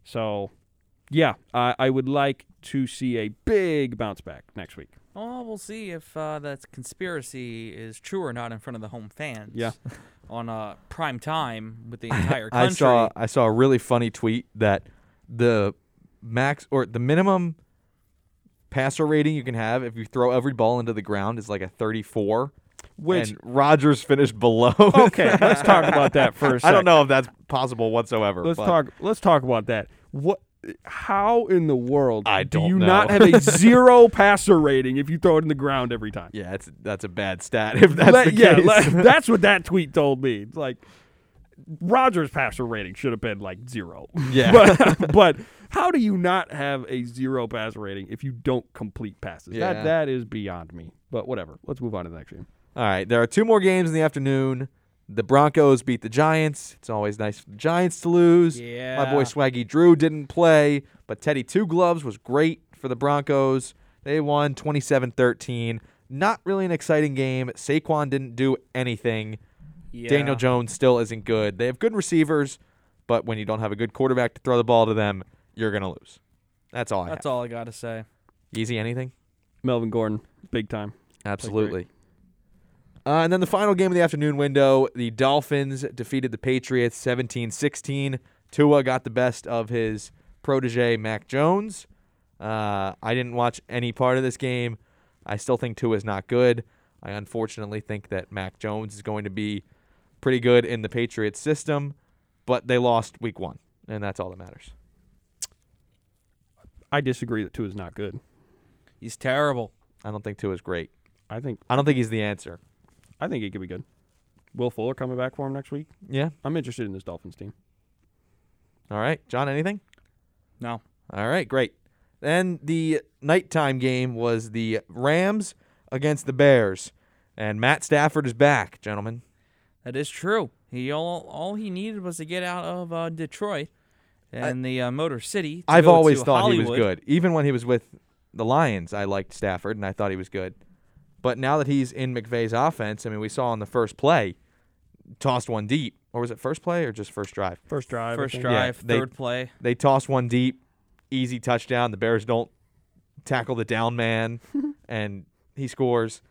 Speaker 3: So, yeah, I, I would like to see a big bounce back next week.
Speaker 2: Well, Oh, we'll see if uh, that conspiracy is true or not in front of the home fans.
Speaker 3: Yeah.
Speaker 2: On uh, prime time with the entire country.
Speaker 1: I saw I saw a really funny tweet that the max or the minimum passer rating you can have if you throw every ball into the ground is like a 34
Speaker 3: Which
Speaker 1: and Rodgers finished below.
Speaker 3: okay, let's talk about that for a second.
Speaker 1: I don't know if that's possible whatsoever.
Speaker 3: Let's
Speaker 1: but
Speaker 3: talk. Let's talk about that. What? How in the world
Speaker 1: I
Speaker 3: do
Speaker 1: don't
Speaker 3: you
Speaker 1: know.
Speaker 3: not have a zero passer rating if you throw it in the ground every time?
Speaker 1: Yeah, it's that's a bad stat. If that's
Speaker 3: Let-
Speaker 1: the case.
Speaker 3: yeah, let- that's what that tweet told me. It's Like Rogers' passer rating should have been like zero.
Speaker 1: Yeah.
Speaker 3: but, but how do you not have a zero passer rating if you don't complete passes?
Speaker 1: Yeah.
Speaker 3: That that is beyond me. But whatever. Let's move on to the next game.
Speaker 1: All right, there are two more games in the afternoon. The Broncos beat the Giants. It's always nice for the Giants to lose. My boy
Speaker 2: Yeah.
Speaker 1: Swaggy Drew didn't play, but Teddy Two Gloves was great for the Broncos. They won 27-13. Not really an exciting game. Saquon didn't do anything. Daniel
Speaker 2: Yeah.
Speaker 1: Jones still isn't good. They have good receivers, but when you don't have a good quarterback to throw the ball to them, you're going to lose. That's all I
Speaker 2: That's
Speaker 1: have.
Speaker 2: all I gotta say.
Speaker 1: Easy anything?
Speaker 3: Melvin Gordon, big time.
Speaker 1: Absolutely. Uh, and then the final game of the afternoon window, the Dolphins defeated the Patriots 17 16. Tua got the best of his protege, Mac Jones. Uh, I didn't watch any part of this game. I still think Tua is not good. I unfortunately think that Mac Jones is going to be pretty good in the Patriots system, but they lost week one, and that's all that matters.
Speaker 3: I disagree that two is not good.
Speaker 2: He's terrible.
Speaker 1: I don't think Tua is great.
Speaker 3: I think
Speaker 1: I don't think he's the answer.
Speaker 3: I think it could be good. Will Fuller coming back for him next week.
Speaker 1: Yeah.
Speaker 3: I'm interested in this Dolphins team.
Speaker 1: All right. John, anything?
Speaker 2: No.
Speaker 1: All right, great. Then the nighttime game was the Rams against the Bears, and Matt Stafford is back, gentlemen.
Speaker 2: That is true. He all all he needed was to get out of uh, Detroit and the uh, Motor City. to
Speaker 1: I've
Speaker 2: go
Speaker 1: always
Speaker 2: to
Speaker 1: thought he was
Speaker 2: Hollywood.
Speaker 1: good, even when he was with the Lions. I liked Stafford, and I thought he was good. But now that he's in McVay's offense, I mean, we saw on the first play, tossed one deep, or was it first play or just first drive?
Speaker 3: First drive.
Speaker 2: First
Speaker 1: Yeah,
Speaker 2: drive,
Speaker 1: they-
Speaker 2: third play.
Speaker 1: They toss one deep, easy touchdown. The Bears don't tackle the down man, and he scores.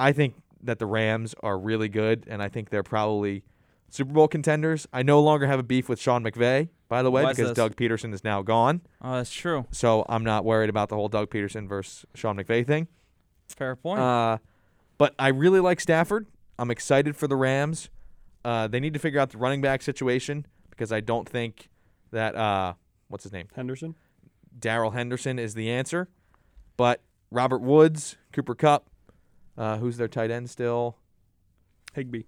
Speaker 1: I think that the Rams are really good, and I think they're probably Super Bowl contenders. I no longer have a beef with Sean McVay, by the way,
Speaker 2: Why is
Speaker 1: because
Speaker 2: this?
Speaker 1: Doug Peterson is now gone.
Speaker 2: Oh, that's true.
Speaker 1: So I'm not worried about the whole Doug Peterson versus Sean McVay thing.
Speaker 2: Fair point.
Speaker 1: Uh, but I really like Stafford. I'm excited for the Rams. Uh, they need to figure out the running back situation because I don't think that uh, what's his name.
Speaker 3: Henderson.
Speaker 1: Daryl Henderson is the answer. But Robert Woods, Cooper Cup, uh, who's their tight end still?
Speaker 3: Higby.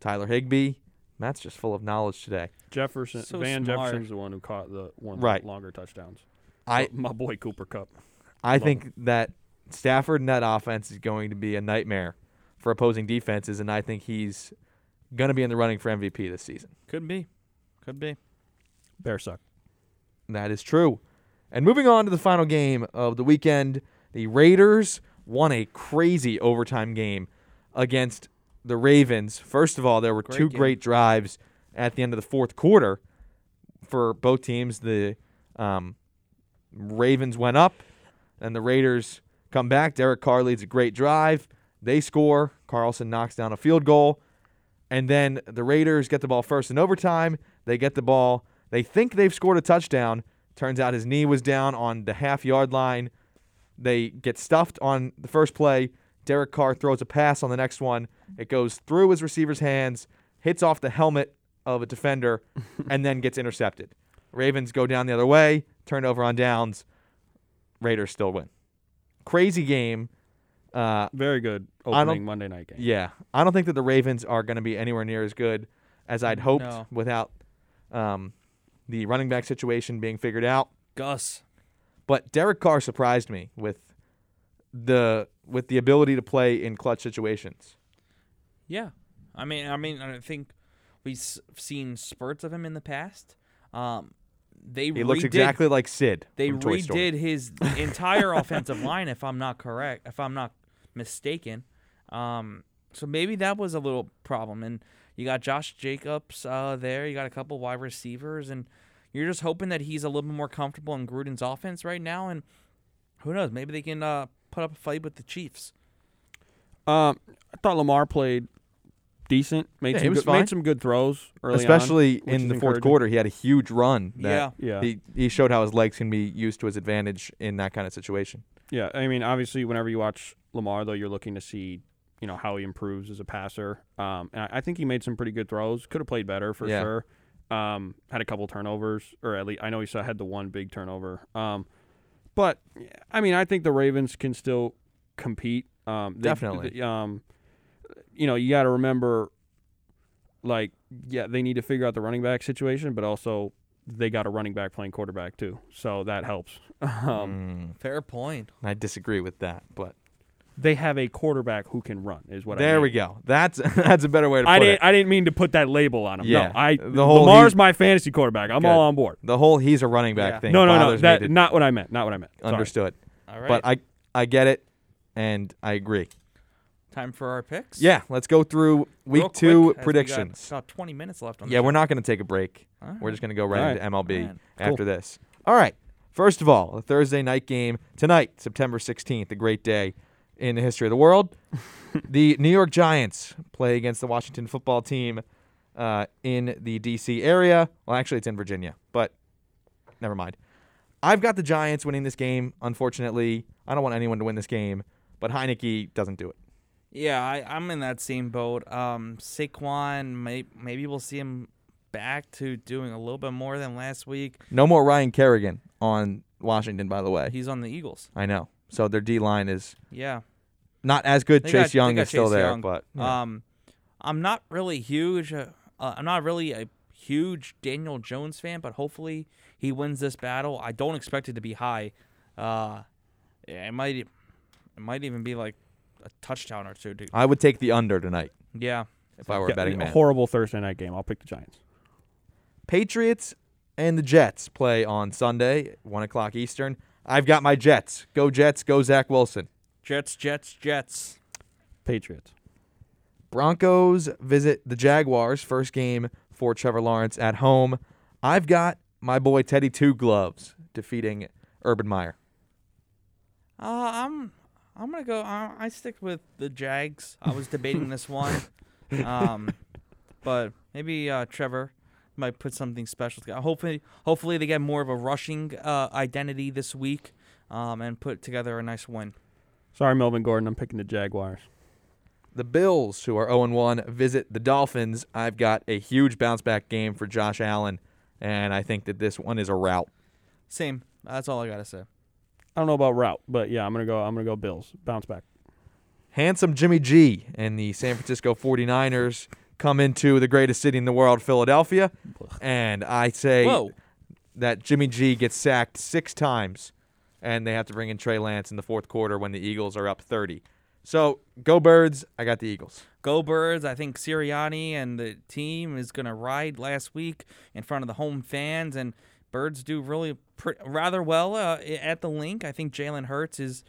Speaker 1: Tyler Higbee. Matt's just full of knowledge today.
Speaker 3: Jefferson
Speaker 2: So
Speaker 3: Van
Speaker 2: smart.
Speaker 3: Jefferson's the one who caught the one of the
Speaker 1: Right.
Speaker 3: longer touchdowns.
Speaker 1: I,
Speaker 3: But my boy Cooper Cup.
Speaker 1: I
Speaker 3: love
Speaker 1: think that Stafford and that offense is going to be a nightmare for opposing defenses, and I think he's going to be in the running for MVP this season.
Speaker 2: Could be. Could be.
Speaker 3: Bear suck.
Speaker 1: That is true. And moving on to the final game of the weekend, the Raiders won a crazy overtime game against the Ravens. First of all, there were
Speaker 2: Great
Speaker 1: two
Speaker 2: game.
Speaker 1: great drives at the end of the fourth quarter for both teams. The um, Ravens went up, and the Raiders come back. Derek Carr leads a great drive. They score. Carlson knocks down a field goal. And then the Raiders get the ball first in overtime. They get the ball. They think they've scored a touchdown. Turns out his knee was down on the half yard line. They get stuffed on the first play. Derek Carr throws a pass on the next one. It goes through his receiver's hands, hits off the helmet of a defender, and then gets intercepted. Ravens go down the other way, turnover on downs. Raiders still win. Crazy game. Uh,
Speaker 3: Very good
Speaker 1: I don't-
Speaker 3: opening Monday night game.
Speaker 1: yeah, I don't think that the Ravens are going to be anywhere near as good as I'd hoped
Speaker 2: No.
Speaker 1: without um, the running back situation being figured out.
Speaker 2: Gus.
Speaker 1: But Derek Carr surprised me with the with the ability to play in clutch situations.
Speaker 2: Yeah. I mean, I mean, I think we've s- seen spurts of him in the past. Um, they
Speaker 1: He looks
Speaker 2: redid-
Speaker 1: exactly like Sid.
Speaker 2: They
Speaker 1: from Toy
Speaker 2: redid
Speaker 1: Story.
Speaker 2: his entire offensive line, if I'm not correct, if I'm not mistaken. Um, so maybe that was a little problem. And you got Josh Jacobs uh, there. You got a couple wide receivers, and you're just hoping that he's a little bit more comfortable in Gruden's offense right now. And who knows? Maybe they can uh, put up a fight with the Chiefs.
Speaker 3: Um, I thought Lamar played decent. Made
Speaker 1: Yeah, he
Speaker 3: some
Speaker 1: was
Speaker 3: good,
Speaker 1: fine.
Speaker 3: made some good throws early on,
Speaker 1: especially
Speaker 3: which
Speaker 1: in
Speaker 3: is
Speaker 1: the fourth
Speaker 3: encouraging.
Speaker 1: quarter. He had a huge run. That
Speaker 3: Yeah.
Speaker 1: He, he showed how his legs can be used to his advantage in that kind of situation.
Speaker 3: Yeah, I mean, obviously, whenever you watch Lamar, though, you're looking to see you know how he improves as a passer. Um, and I, I think he made some pretty good throws. Could have played better for
Speaker 1: Yeah.
Speaker 3: sure. Um, had a couple turnovers, or at least I know he saw had the one big turnover. Um, but I mean, I think the Ravens can still compete. Um, they-
Speaker 1: Definitely.
Speaker 3: they- um, you know, you got to remember, like, yeah, they need to figure out the running back situation, but also they got a running back playing quarterback too, so that helps. Um,
Speaker 1: Mm,
Speaker 2: Fair point.
Speaker 1: I disagree with that, but
Speaker 3: They have a quarterback who can run. Is what I
Speaker 1: there
Speaker 3: mean.
Speaker 1: we go. That's that's a better way to put
Speaker 3: I
Speaker 1: it.
Speaker 3: didn't. I didn't mean to put that label on him.
Speaker 1: Yeah.
Speaker 3: No, I.
Speaker 1: The whole
Speaker 3: Lamar's
Speaker 1: he's-
Speaker 3: my fantasy quarterback. I'm
Speaker 1: Good.
Speaker 3: all on board.
Speaker 1: The whole he's a running back
Speaker 2: Yeah.
Speaker 1: thing.
Speaker 3: no, no, no.
Speaker 1: bothers me
Speaker 3: That
Speaker 1: to-
Speaker 3: not what I meant. Not what I meant. Sorry.
Speaker 1: understood.
Speaker 2: All right.
Speaker 1: But I I get it, and I agree.
Speaker 2: Time for our picks.
Speaker 1: Yeah, let's go through week
Speaker 2: Real quick, as
Speaker 1: two
Speaker 2: we got
Speaker 1: predictions.
Speaker 2: About 20 minutes left on the
Speaker 1: Yeah,
Speaker 2: show.
Speaker 1: we're not going to take a break.
Speaker 2: All
Speaker 1: We're
Speaker 2: right.
Speaker 1: just going to go right
Speaker 3: All
Speaker 1: into MLB
Speaker 2: All right.
Speaker 1: after this. All right. First of all, the Thursday night game tonight, September 16th, a great day in the history of the world. the New York Giants play against the Washington football team uh, in the D.C. area. Well, actually, it's in Virginia, but never mind. I've got the Giants winning this game, unfortunately. I don't want anyone to win this game, but Heineke doesn't do it.
Speaker 2: Yeah, I, I'm in that same boat. Um, Saquon, may, maybe we'll see him back to doing a little bit more than last week.
Speaker 1: No more Ryan Kerrigan on Washington, by the way.
Speaker 2: He's on the Eagles.
Speaker 1: I know. So their D line is
Speaker 2: Yeah.
Speaker 1: not as good.
Speaker 2: They
Speaker 1: Chase
Speaker 2: got- they
Speaker 1: Young
Speaker 2: got
Speaker 1: is still
Speaker 2: Chase
Speaker 1: there,
Speaker 2: Young.
Speaker 1: but
Speaker 2: Um, I'm not really huge. Uh, uh, I'm not really a huge Daniel Jones fan, but hopefully he wins this battle. I don't expect it to be high. Uh, yeah, it might, it might even be like a touchdown or two. Dude.
Speaker 1: I would take the under tonight
Speaker 2: Yeah.
Speaker 1: if I were
Speaker 3: Yeah,
Speaker 1: a betting
Speaker 3: a
Speaker 1: man.
Speaker 3: horrible Thursday night game. I'll pick the Giants.
Speaker 1: Patriots and the Jets play on Sunday, one o'clock Eastern. I've got my Jets. Go Jets. Go Zach Wilson.
Speaker 2: Jets, Jets, Jets.
Speaker 3: Patriots.
Speaker 1: Broncos visit the Jaguars. First game for Trevor Lawrence at home. I've got my boy Teddy Two Gloves defeating Urban Meyer.
Speaker 2: Uh, I'm I'm gonna go. I, I stick with the Jags. I was debating this one, um, but maybe uh, Trevor might put something special together. Hopefully, hopefully they get more of a rushing uh, identity this week, um, and put together a nice win.
Speaker 3: Sorry, Melvin Gordon. I'm picking the Jaguars.
Speaker 1: The Bills, who are 0 1, visit the Dolphins. I've got a huge bounce back game for Josh Allen, and I think that this one is a rout.
Speaker 2: Same. That's all I gotta say.
Speaker 3: I don't know about route, but yeah, I'm gonna go. I'm gonna go Bills. Bounce back.
Speaker 1: Handsome Jimmy G and the San Francisco 49ers come into the greatest city in the world, Philadelphia. And I say
Speaker 2: Whoa.
Speaker 1: that Jimmy G gets sacked six times, and they have to bring in Trey Lance in the fourth quarter when the Eagles are up 30. So go Birds. I got the Eagles.
Speaker 2: Go Birds! I think Sirianni and the team is gonna ride last week in front of the home fans, and Birds do really pr- rather well uh, i- at the link. I think Jalen Hurts is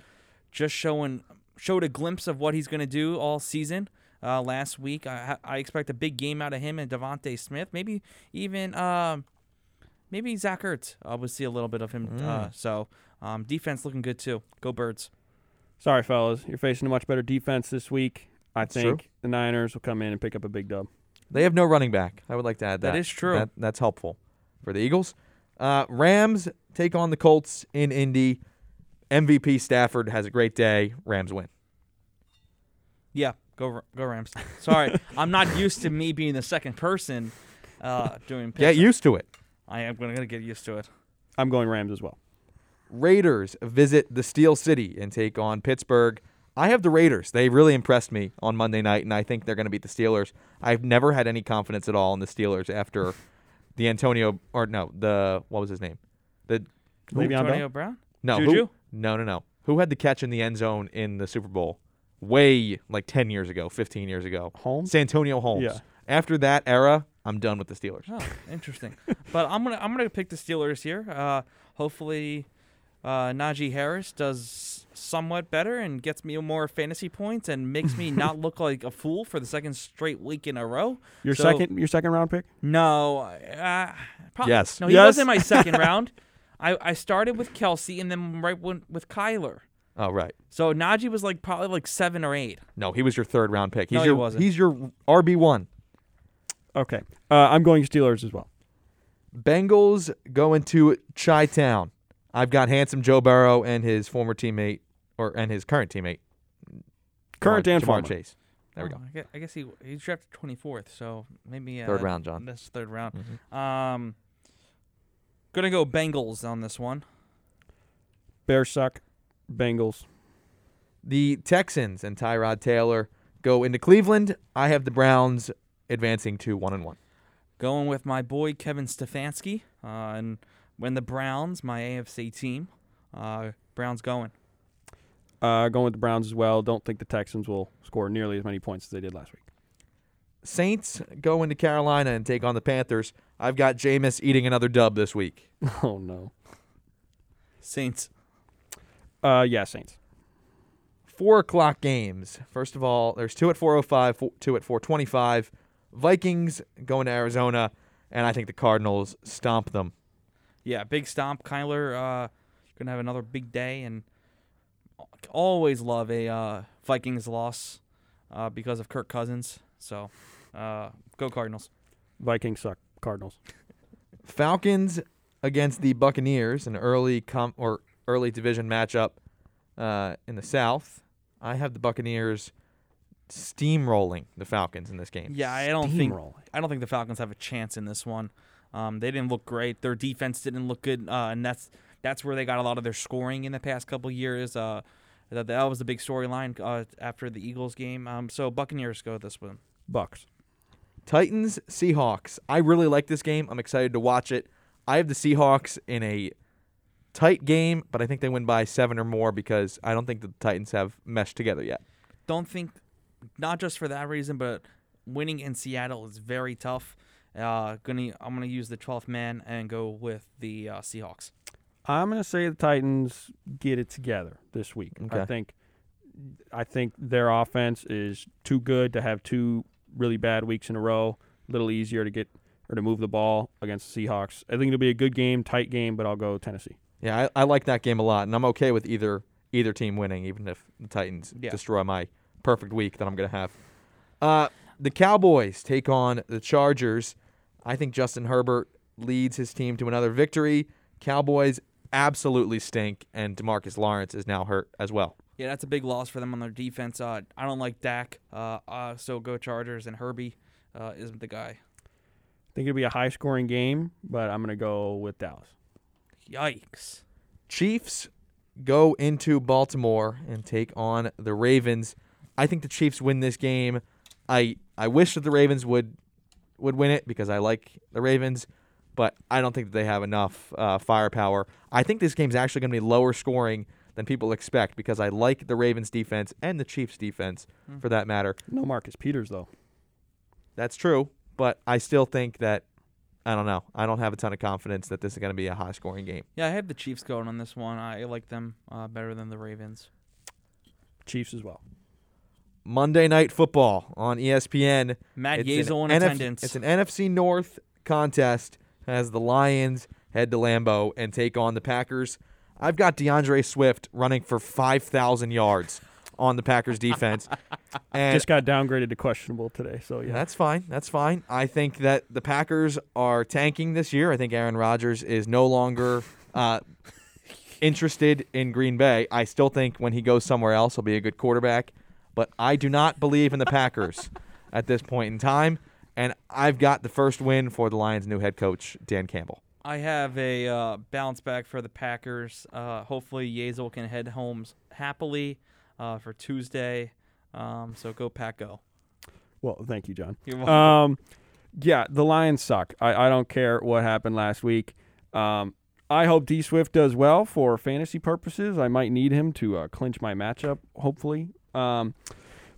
Speaker 2: just showing showed a glimpse of what he's gonna do all season. Uh, last week, I, ha- I expect a big game out of him and Devonte Smith. Maybe even um, maybe Zach Ertz. Uh, we'll see a little bit of him. Uh, so um, defense looking good too. Go Birds!
Speaker 3: Sorry, fellas. You're facing a much better defense this week. I
Speaker 1: That's
Speaker 3: think
Speaker 1: true.
Speaker 3: the Niners will come in and pick up a big dub.
Speaker 1: They have no running back. I would like to add that.
Speaker 2: That is true.
Speaker 1: That, that's helpful for the Eagles. Uh, Rams take on the Colts in Indy. MVP Stafford has a great day. Rams win.
Speaker 2: Yeah, go Ra- go Rams. Sorry, I'm not used to me being the second person uh, doing picks.
Speaker 1: Get used to it.
Speaker 2: I am gonna, gonna get used to it.
Speaker 3: I'm going Rams as well.
Speaker 1: Raiders visit the Steel City and take on Pittsburgh. I have the Raiders. They really impressed me on Monday night, and I think they're going to beat the Steelers. I've never had any confidence at all in the Steelers after the Antonio or no the what was his name the
Speaker 3: Le'Veon Bell?
Speaker 2: Antonio Brown.
Speaker 1: no
Speaker 2: Juju?
Speaker 1: who no no no who had the catch in the end zone in the Super Bowl way like ten years ago, fifteen years ago.
Speaker 3: Holmes?
Speaker 1: Santonio Holmes.
Speaker 3: Yeah.
Speaker 1: After that era, I'm done with the Steelers.
Speaker 2: Oh, interesting. but I'm gonna I'm gonna pick the Steelers here. Uh, hopefully, uh, Najee Harris does somewhat better and gets me more fantasy points and makes me not look like a fool for the second straight week in a row.
Speaker 3: Your
Speaker 2: So-
Speaker 3: second. Your second round pick.
Speaker 2: No, uh, prob-
Speaker 1: Yes.
Speaker 2: No, he
Speaker 3: Yes.
Speaker 2: was in my second round. I, I started with Kelsey and then right went with Kyler.
Speaker 1: Oh right.
Speaker 2: So Najee was like probably like seven or eight.
Speaker 1: No, he was your third round pick. He's
Speaker 2: No, he
Speaker 1: your
Speaker 2: wasn't.
Speaker 1: he's your RB one.
Speaker 3: Okay. Uh, I'm going Steelers as well.
Speaker 1: Bengals going to Chi Town. I've got handsome Joe Burrow and his former teammate, or and his current teammate,
Speaker 3: Current
Speaker 1: Jamar,
Speaker 3: and
Speaker 1: Jamar
Speaker 3: former.
Speaker 1: Chase. There we
Speaker 2: Oh,
Speaker 1: go.
Speaker 2: I guess, I guess he he drafted 24th, so maybe uh,
Speaker 1: Third round, Mm-hmm. John.
Speaker 2: This third round. Um, gonna go Bengals on this one.
Speaker 3: Bears suck. Bengals.
Speaker 1: The Texans and Tyrod Taylor go into Cleveland. I have the Browns advancing to one and one.
Speaker 2: Going with my boy Kevin Stefanski, uh, and when the Browns, my AFC team, uh, Browns going.
Speaker 3: Uh, going with the Browns as well. Don't think the Texans will score nearly as many points as they did last week.
Speaker 1: Saints go into Carolina and take on the Panthers. I've got Jameis eating another dub this week.
Speaker 3: Oh no.
Speaker 2: Saints.
Speaker 3: Uh, yeah, Saints.
Speaker 1: Four o'clock games. First of all, there's two at 4:05, fo- two at 4:25. Vikings going to Arizona, and I think the Cardinals stomp them.
Speaker 2: Yeah, big stomp. Kyler uh, gonna have another big day, and always love a uh, Vikings loss uh, because of Kirk Cousins. So, uh, go Cardinals.
Speaker 3: Vikings suck. Cardinals.
Speaker 1: Falcons against the Buccaneers, an early com- or early division matchup uh, in the South. I have the Buccaneers steamrolling the Falcons in this game.
Speaker 2: Yeah, I don't think
Speaker 3: Steamroll.
Speaker 2: I don't think the Falcons have a chance in this one. Um, they didn't look great. Their defense didn't look good, uh, and that's that's where they got a lot of their scoring in the past couple years. Uh, that, that was the big storyline uh, after the Eagles game. Um, so Buccaneers go this one.
Speaker 3: Bucks.
Speaker 1: Titans Seahawks. I really like this game. I'm excited to watch it. I have the Seahawks in a tight game, but I think they win by 7 or more because I don't think the Titans have meshed together yet.
Speaker 2: Don't think not just for that reason, but winning in Seattle is very tough. Uh, gonna I'm gonna use the 12th man and go with the uh, Seahawks.
Speaker 3: I'm gonna say the Titans get it together this week. I
Speaker 1: Okay.
Speaker 3: think I think their offense is too good to have two really bad weeks in a row. A little easier to get or to move the ball against the Seahawks. I think it'll be a good game, tight game, but I'll go Tennessee.
Speaker 1: Yeah, I, I like that game a lot, and I'm okay with either either team winning, even if the Titans
Speaker 2: Yeah.
Speaker 1: destroy my perfect week that I'm gonna have. Uh, the Cowboys take on the Chargers. I think Justin Herbert leads his team to another victory. Cowboys absolutely stink, and Demarcus Lawrence is now hurt as well.
Speaker 2: Yeah, that's a big loss for them on their defense. Uh, I don't like Dak, uh, uh, so go Chargers and Herbie uh, isn't the guy.
Speaker 3: I think it'll be a high scoring game, but I'm gonna go with Dallas.
Speaker 2: Yikes.
Speaker 1: Chiefs go into Baltimore and take on the Ravens. I think the Chiefs win this game. I I wish that the Ravens would would win it because I like the Ravens, but I don't think that they have enough uh, firepower. I think this game's actually going to be lower scoring than people expect because I like the Ravens defense and the Chiefs defense for that matter.
Speaker 3: No Marcus Peters though.
Speaker 1: That's true, but I still think that I don't know. I don't have a ton of confidence that this is going to be a high scoring game.
Speaker 2: Yeah, I have the Chiefs going on this one. I like them uh, better than the Ravens.
Speaker 3: Chiefs as well.
Speaker 1: Monday Night Football on E ESPN.
Speaker 2: Matt
Speaker 1: It's an
Speaker 2: Yazel in
Speaker 1: NF
Speaker 2: attendance.
Speaker 1: It's an NFC North contest as the Lions head to Lambeau and take on the Packers. I've got DeAndre Swift running for 5,000 yards on the Packers defense. and
Speaker 3: Just got downgraded to questionable today, so yeah.
Speaker 1: that's fine. That's fine. I think that the Packers are tanking this year. I think Aaron Rodgers is no longer uh, interested in Green Bay. I still think when he goes somewhere else, he'll be a good quarterback. But I do not believe in the Packers at this point in time. And I've got the first win for the Lions' new head coach, Dan Campbell.
Speaker 2: I have a uh, bounce back for the Packers. Uh, hopefully, Yazel can head home happily uh, for Tuesday. Um, so go Pack Go.
Speaker 3: Well, thank you, John.
Speaker 2: You're
Speaker 1: Uh,
Speaker 2: welcome.
Speaker 3: Um, yeah, the Lions suck. I, I don't care what happened last week. Um, I hope D Swift does well for fantasy purposes. I might need him to uh, clinch my matchup, hopefully. Um,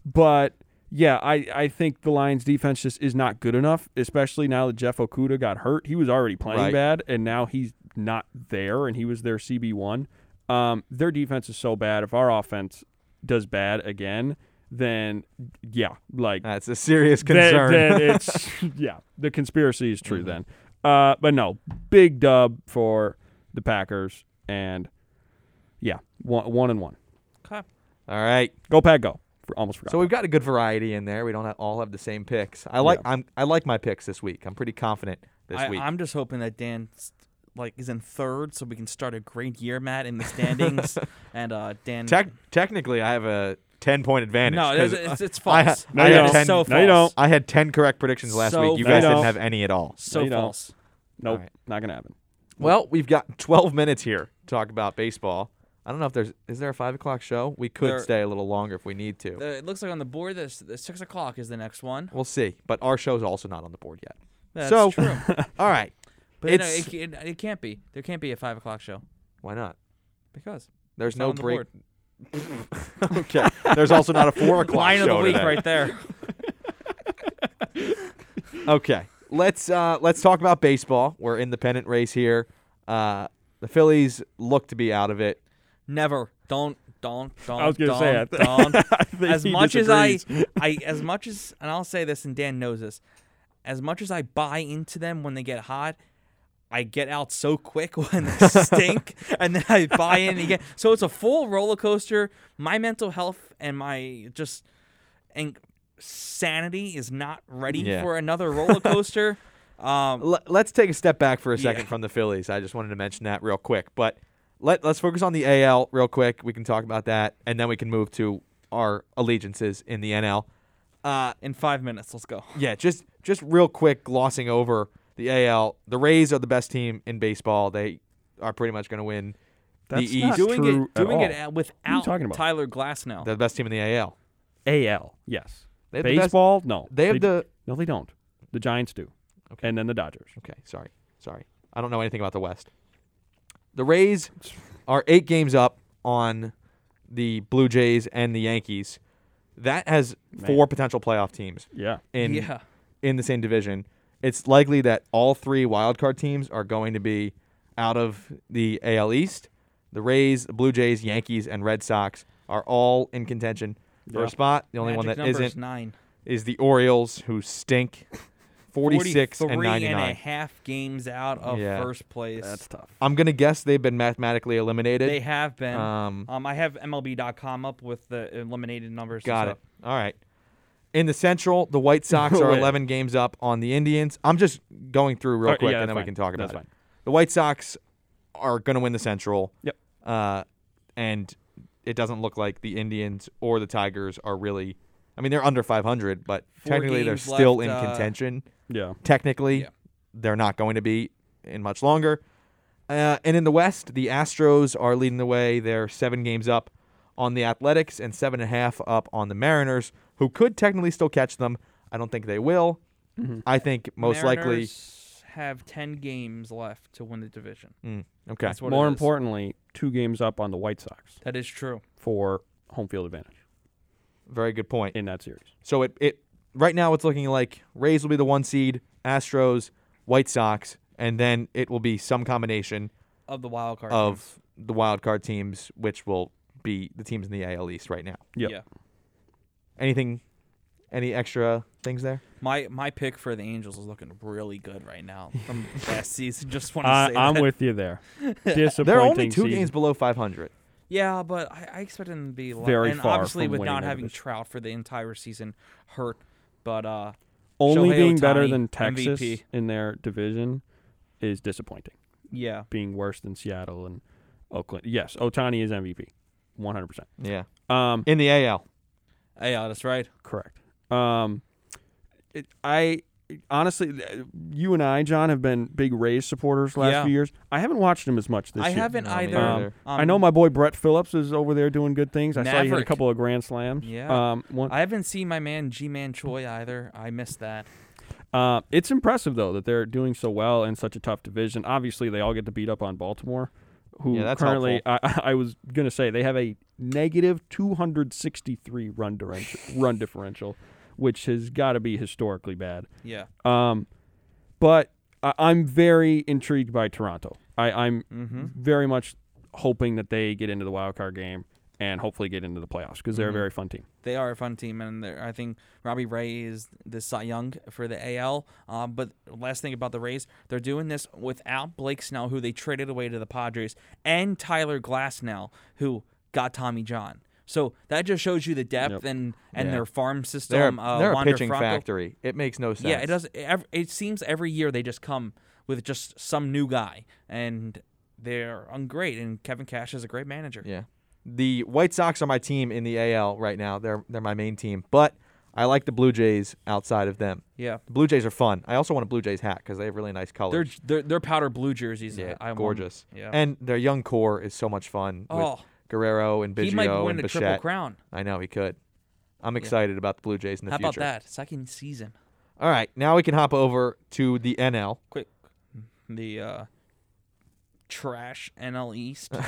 Speaker 3: but yeah, I, I think the Lions defense just is not good enough, especially now that Jeff Okuda got hurt. He was already playing
Speaker 1: Right.
Speaker 3: bad, and now he's not there, and he was their CB1. Um, their defense is so bad. If our offense does bad again, then yeah, like
Speaker 1: That's a serious
Speaker 3: then-
Speaker 1: concern.
Speaker 3: Then, it's yeah, the conspiracy is true. Then, uh, but no, big dub for the Packers, and yeah, one, one and one.
Speaker 2: Okay.
Speaker 1: All right.
Speaker 3: Go Pack, go! For, almost forgot.
Speaker 1: So we've got a good variety in there. We don't have, all have the same picks. I like I'm I like my picks this week. I'm pretty confident this
Speaker 2: I,
Speaker 1: week.
Speaker 2: I'm just hoping that Dan like is in third, so we can start a great year, Matt, in the standings. and uh, Dan,
Speaker 1: Tec- technically, I have a ten point advantage.
Speaker 2: No, it's,
Speaker 1: 'cause
Speaker 2: it's, it's
Speaker 1: I ha-
Speaker 2: false.
Speaker 1: No, you
Speaker 2: That is
Speaker 1: don't.
Speaker 2: so
Speaker 3: No, you
Speaker 2: false.
Speaker 3: don't.
Speaker 1: I had ten correct predictions last
Speaker 2: So
Speaker 1: week. You
Speaker 2: No,
Speaker 3: you
Speaker 1: guys didn't
Speaker 3: don't.
Speaker 1: have any at all.
Speaker 2: So
Speaker 3: you don't.
Speaker 2: false.
Speaker 3: Nope,
Speaker 1: Alright.
Speaker 3: not gonna happen.
Speaker 1: Well, we've got twelve minutes here to talk about baseball. I don't know if there's is there a five o'clock show? We could
Speaker 2: There-
Speaker 1: stay a little longer if we need to.
Speaker 2: The- Uh, it looks like on the board this, the six o'clock is the next one.
Speaker 1: we'll see. But our show's also not on the board yet.
Speaker 2: That's
Speaker 1: So-
Speaker 2: true.
Speaker 1: All right.
Speaker 2: But no,
Speaker 1: It's-
Speaker 2: it, ca- it, it can't be. There can't be a five o'clock show
Speaker 1: Why not?
Speaker 2: because
Speaker 1: There's
Speaker 2: it's not
Speaker 1: no
Speaker 2: on the
Speaker 1: break.
Speaker 2: board.
Speaker 1: okay. There's also not a four o'clock
Speaker 2: Line of
Speaker 1: show
Speaker 2: the week
Speaker 1: today.
Speaker 2: right there.
Speaker 1: Okay. Let's uh, let's talk about baseball. We're in the pennant race here. Uh, the Phillies look to be out of it.
Speaker 2: Never. Don't. Don't. Don't.
Speaker 3: I was gonna
Speaker 2: don't,
Speaker 3: say I th-
Speaker 2: don't.
Speaker 3: I think
Speaker 2: as
Speaker 3: he
Speaker 2: much as I,
Speaker 3: disagrees.
Speaker 2: I, as much as, and I'll say this, and Dan knows this, as much as I buy into them when they get hot, I get out so quick when they stink, and then I buy in again. So it's a full roller coaster. My mental health and my just and sanity is not ready
Speaker 1: Yeah.
Speaker 2: for another roller coaster. um,
Speaker 1: L- let's take a step back for a second
Speaker 2: Yeah.
Speaker 1: from the Phillies. I just wanted to mention that real quick. But let let's focus on the AL real quick. We can talk about that, and then we can move to our allegiances in the NL. Uh,
Speaker 2: in five minutes, let's go.
Speaker 1: Yeah, just just real quick glossing over the AL. The Rays are the best team in baseball. They are pretty much going to win
Speaker 3: That's
Speaker 1: the
Speaker 3: not
Speaker 1: East.
Speaker 2: Doing
Speaker 3: true
Speaker 2: it,
Speaker 3: at
Speaker 2: doing it
Speaker 3: all.
Speaker 2: at- without
Speaker 3: talking about?
Speaker 2: Tyler Glass now.
Speaker 1: They're the best team in the AL.
Speaker 3: AL. Yes.
Speaker 1: They have the best-
Speaker 3: Baseball. no.
Speaker 1: They have the
Speaker 3: No, they don't. The Giants do.
Speaker 1: Okay.
Speaker 3: And then the Dodgers.
Speaker 1: Okay, sorry. Sorry. I don't know anything about the West. The Rays are 8 games up on the Blue Jays and the Yankees. That has
Speaker 3: Man.
Speaker 1: four potential playoff teams
Speaker 3: Yeah.
Speaker 1: in
Speaker 2: yeah.
Speaker 1: in the same division, it's likely that all three wildcard teams are going to be out of the AL East. The Rays, the Blue Jays, Yankees, and Red Sox are all in contention for
Speaker 3: Yeah.
Speaker 1: a spot. The only
Speaker 2: Magic
Speaker 1: one that
Speaker 2: number is
Speaker 1: isn't
Speaker 2: nine.
Speaker 1: is the Orioles, who stink 46 and
Speaker 2: 43 and a
Speaker 1: 99.
Speaker 2: half games out of
Speaker 1: Yeah.
Speaker 2: first place.
Speaker 3: tough.
Speaker 1: I'm going to guess they've been mathematically eliminated.
Speaker 2: they have been.
Speaker 1: Um,
Speaker 2: Um, I have MLB.com up with the eliminated numbers.
Speaker 1: Got it. All right. In the Central, the White Sox are
Speaker 3: Wait.
Speaker 1: 11 games up on the Indians. I'm just going through real
Speaker 3: Alright,
Speaker 1: quick,
Speaker 3: yeah,
Speaker 1: and then
Speaker 3: that's
Speaker 1: we
Speaker 3: fine.
Speaker 1: can talk about
Speaker 3: That's
Speaker 1: it.
Speaker 3: fine.
Speaker 1: The White Sox are going to win the Central.
Speaker 3: Yep.
Speaker 1: Uh, and it doesn't look like the Indians or the Tigers are really. I mean, they're under 500, but
Speaker 2: Four
Speaker 1: technically they're
Speaker 2: games
Speaker 1: still in
Speaker 2: left, uh,
Speaker 1: contention
Speaker 3: Yeah.
Speaker 1: technically
Speaker 2: Yeah.
Speaker 1: they're not going to be in much longer. Uh, and in the West, the Astros are leading the way. They're seven games up on the Athletics and seven and a half up on the Mariners, who could technically still catch them. I don't think they will. I think most likely.
Speaker 2: Mariners have 10 games left to win the division.
Speaker 1: Mm, okay.
Speaker 2: That's what
Speaker 3: More
Speaker 2: it is.
Speaker 3: importantly, two games up on the White Sox
Speaker 2: That is true.
Speaker 3: for home field advantage
Speaker 1: Very good point.
Speaker 3: in that series.
Speaker 1: So it, it right now it's looking like Rays will be the one seed, Astros, White Sox, and then it will be some combination
Speaker 2: Of the wild card. teams.
Speaker 1: of the wild card teams, which will be the teams in the AL East right now.
Speaker 3: Yep.
Speaker 2: Yeah.
Speaker 1: Anything, any extra things there?
Speaker 2: My my pick for the Angels is looking really good right now from last season. Just want to
Speaker 3: I,
Speaker 2: say
Speaker 3: I'm
Speaker 2: that.
Speaker 3: with you there. Disappointing.
Speaker 1: They're only two
Speaker 3: season.
Speaker 1: games below 500.
Speaker 2: Yeah, but I, I expect them to be a lot-
Speaker 3: Very
Speaker 2: and
Speaker 3: far
Speaker 2: obviously
Speaker 3: from
Speaker 2: with
Speaker 3: winning
Speaker 2: not
Speaker 3: the
Speaker 2: having
Speaker 3: division.
Speaker 2: Trout for the entire season hurt, but uh
Speaker 3: Only
Speaker 2: Shohei
Speaker 3: being better
Speaker 2: Ohtani,
Speaker 3: than Texas
Speaker 2: MVP.
Speaker 3: in their division is disappointing.
Speaker 2: yeah.
Speaker 3: Being worse than Seattle and Oakland. Yes, Otani is MVP. 100%.
Speaker 1: Yeah,
Speaker 3: Um,
Speaker 1: in the AL.
Speaker 2: Yeah, that's right.
Speaker 3: Correct. Um, it, I honestly, th- you and I, John, have been big Rays supporters last
Speaker 2: Yeah.
Speaker 3: few years. I haven't watched them as much this
Speaker 2: I
Speaker 3: year.
Speaker 2: haven't
Speaker 1: No, me
Speaker 2: either.
Speaker 1: neither. Um,
Speaker 2: Um, um,
Speaker 3: I know my boy Brett Phillips is over there doing good things. I saw you hit a
Speaker 2: Maverick.
Speaker 3: couple of grand slams.
Speaker 1: Uh,
Speaker 2: Yeah.
Speaker 3: Um, one,
Speaker 2: I haven't seen my man G Man Choi either. I missed that.
Speaker 3: uh, it's impressive though that they're doing so well in such a tough division. Obviously, they all get to beat up on Baltimore, who
Speaker 1: Yeah, that's
Speaker 3: currently I, I was gonna say they have a negative 263 run differential, run differential, which has got to be historically bad.
Speaker 2: Yeah.
Speaker 3: Um, but I, I'm very intrigued by Toronto. I, I'm
Speaker 2: Mm-hmm.
Speaker 3: very much hoping that they get into the wild card game and hopefully get into the playoffs because they're
Speaker 1: Mhm.
Speaker 3: a very fun team.
Speaker 2: They are a fun team, and they're- I think Robbie Ray is the Cy Young for the AL. Um, but last thing about the Rays, they're doing this without Blake Snell, who they traded away to the Padres, and Tyler Glassnell, who got Tommy John. So that just shows you the depth
Speaker 3: Yep.
Speaker 2: and, and
Speaker 1: Yeah.
Speaker 2: their farm system.
Speaker 1: They're,
Speaker 2: uh,
Speaker 1: they're a
Speaker 2: Wander
Speaker 1: pitching
Speaker 2: Franco.
Speaker 1: factory. It makes no sense.
Speaker 2: Yeah, it does. It, it seems every year they just come with just some new guy, and they're on great. And Kevin Cash is a great manager.
Speaker 1: Yeah. the White Sox are my team in the AL right now. They're they're my main team, but I like the Blue Jays outside of them.
Speaker 2: Yeah.
Speaker 1: The Blue Jays are fun. I also want a Blue Jays hat because they have really nice colors.
Speaker 2: They're they're, they're powder blue jerseys.
Speaker 1: Yeah,
Speaker 2: I, I want-
Speaker 1: gorgeous.
Speaker 2: Yeah.
Speaker 1: And their young core is so much fun with
Speaker 2: oh,
Speaker 1: Guerrero and Biggio
Speaker 2: he might
Speaker 1: and
Speaker 2: win a triple
Speaker 1: Bichette.
Speaker 2: crown.
Speaker 1: I know he could. I'm excited about the Blue Jays in the
Speaker 2: How
Speaker 1: future.
Speaker 2: about that? Second season.
Speaker 1: All right, now we can hop over to the NL.
Speaker 2: Quick. The uh, trash NL East.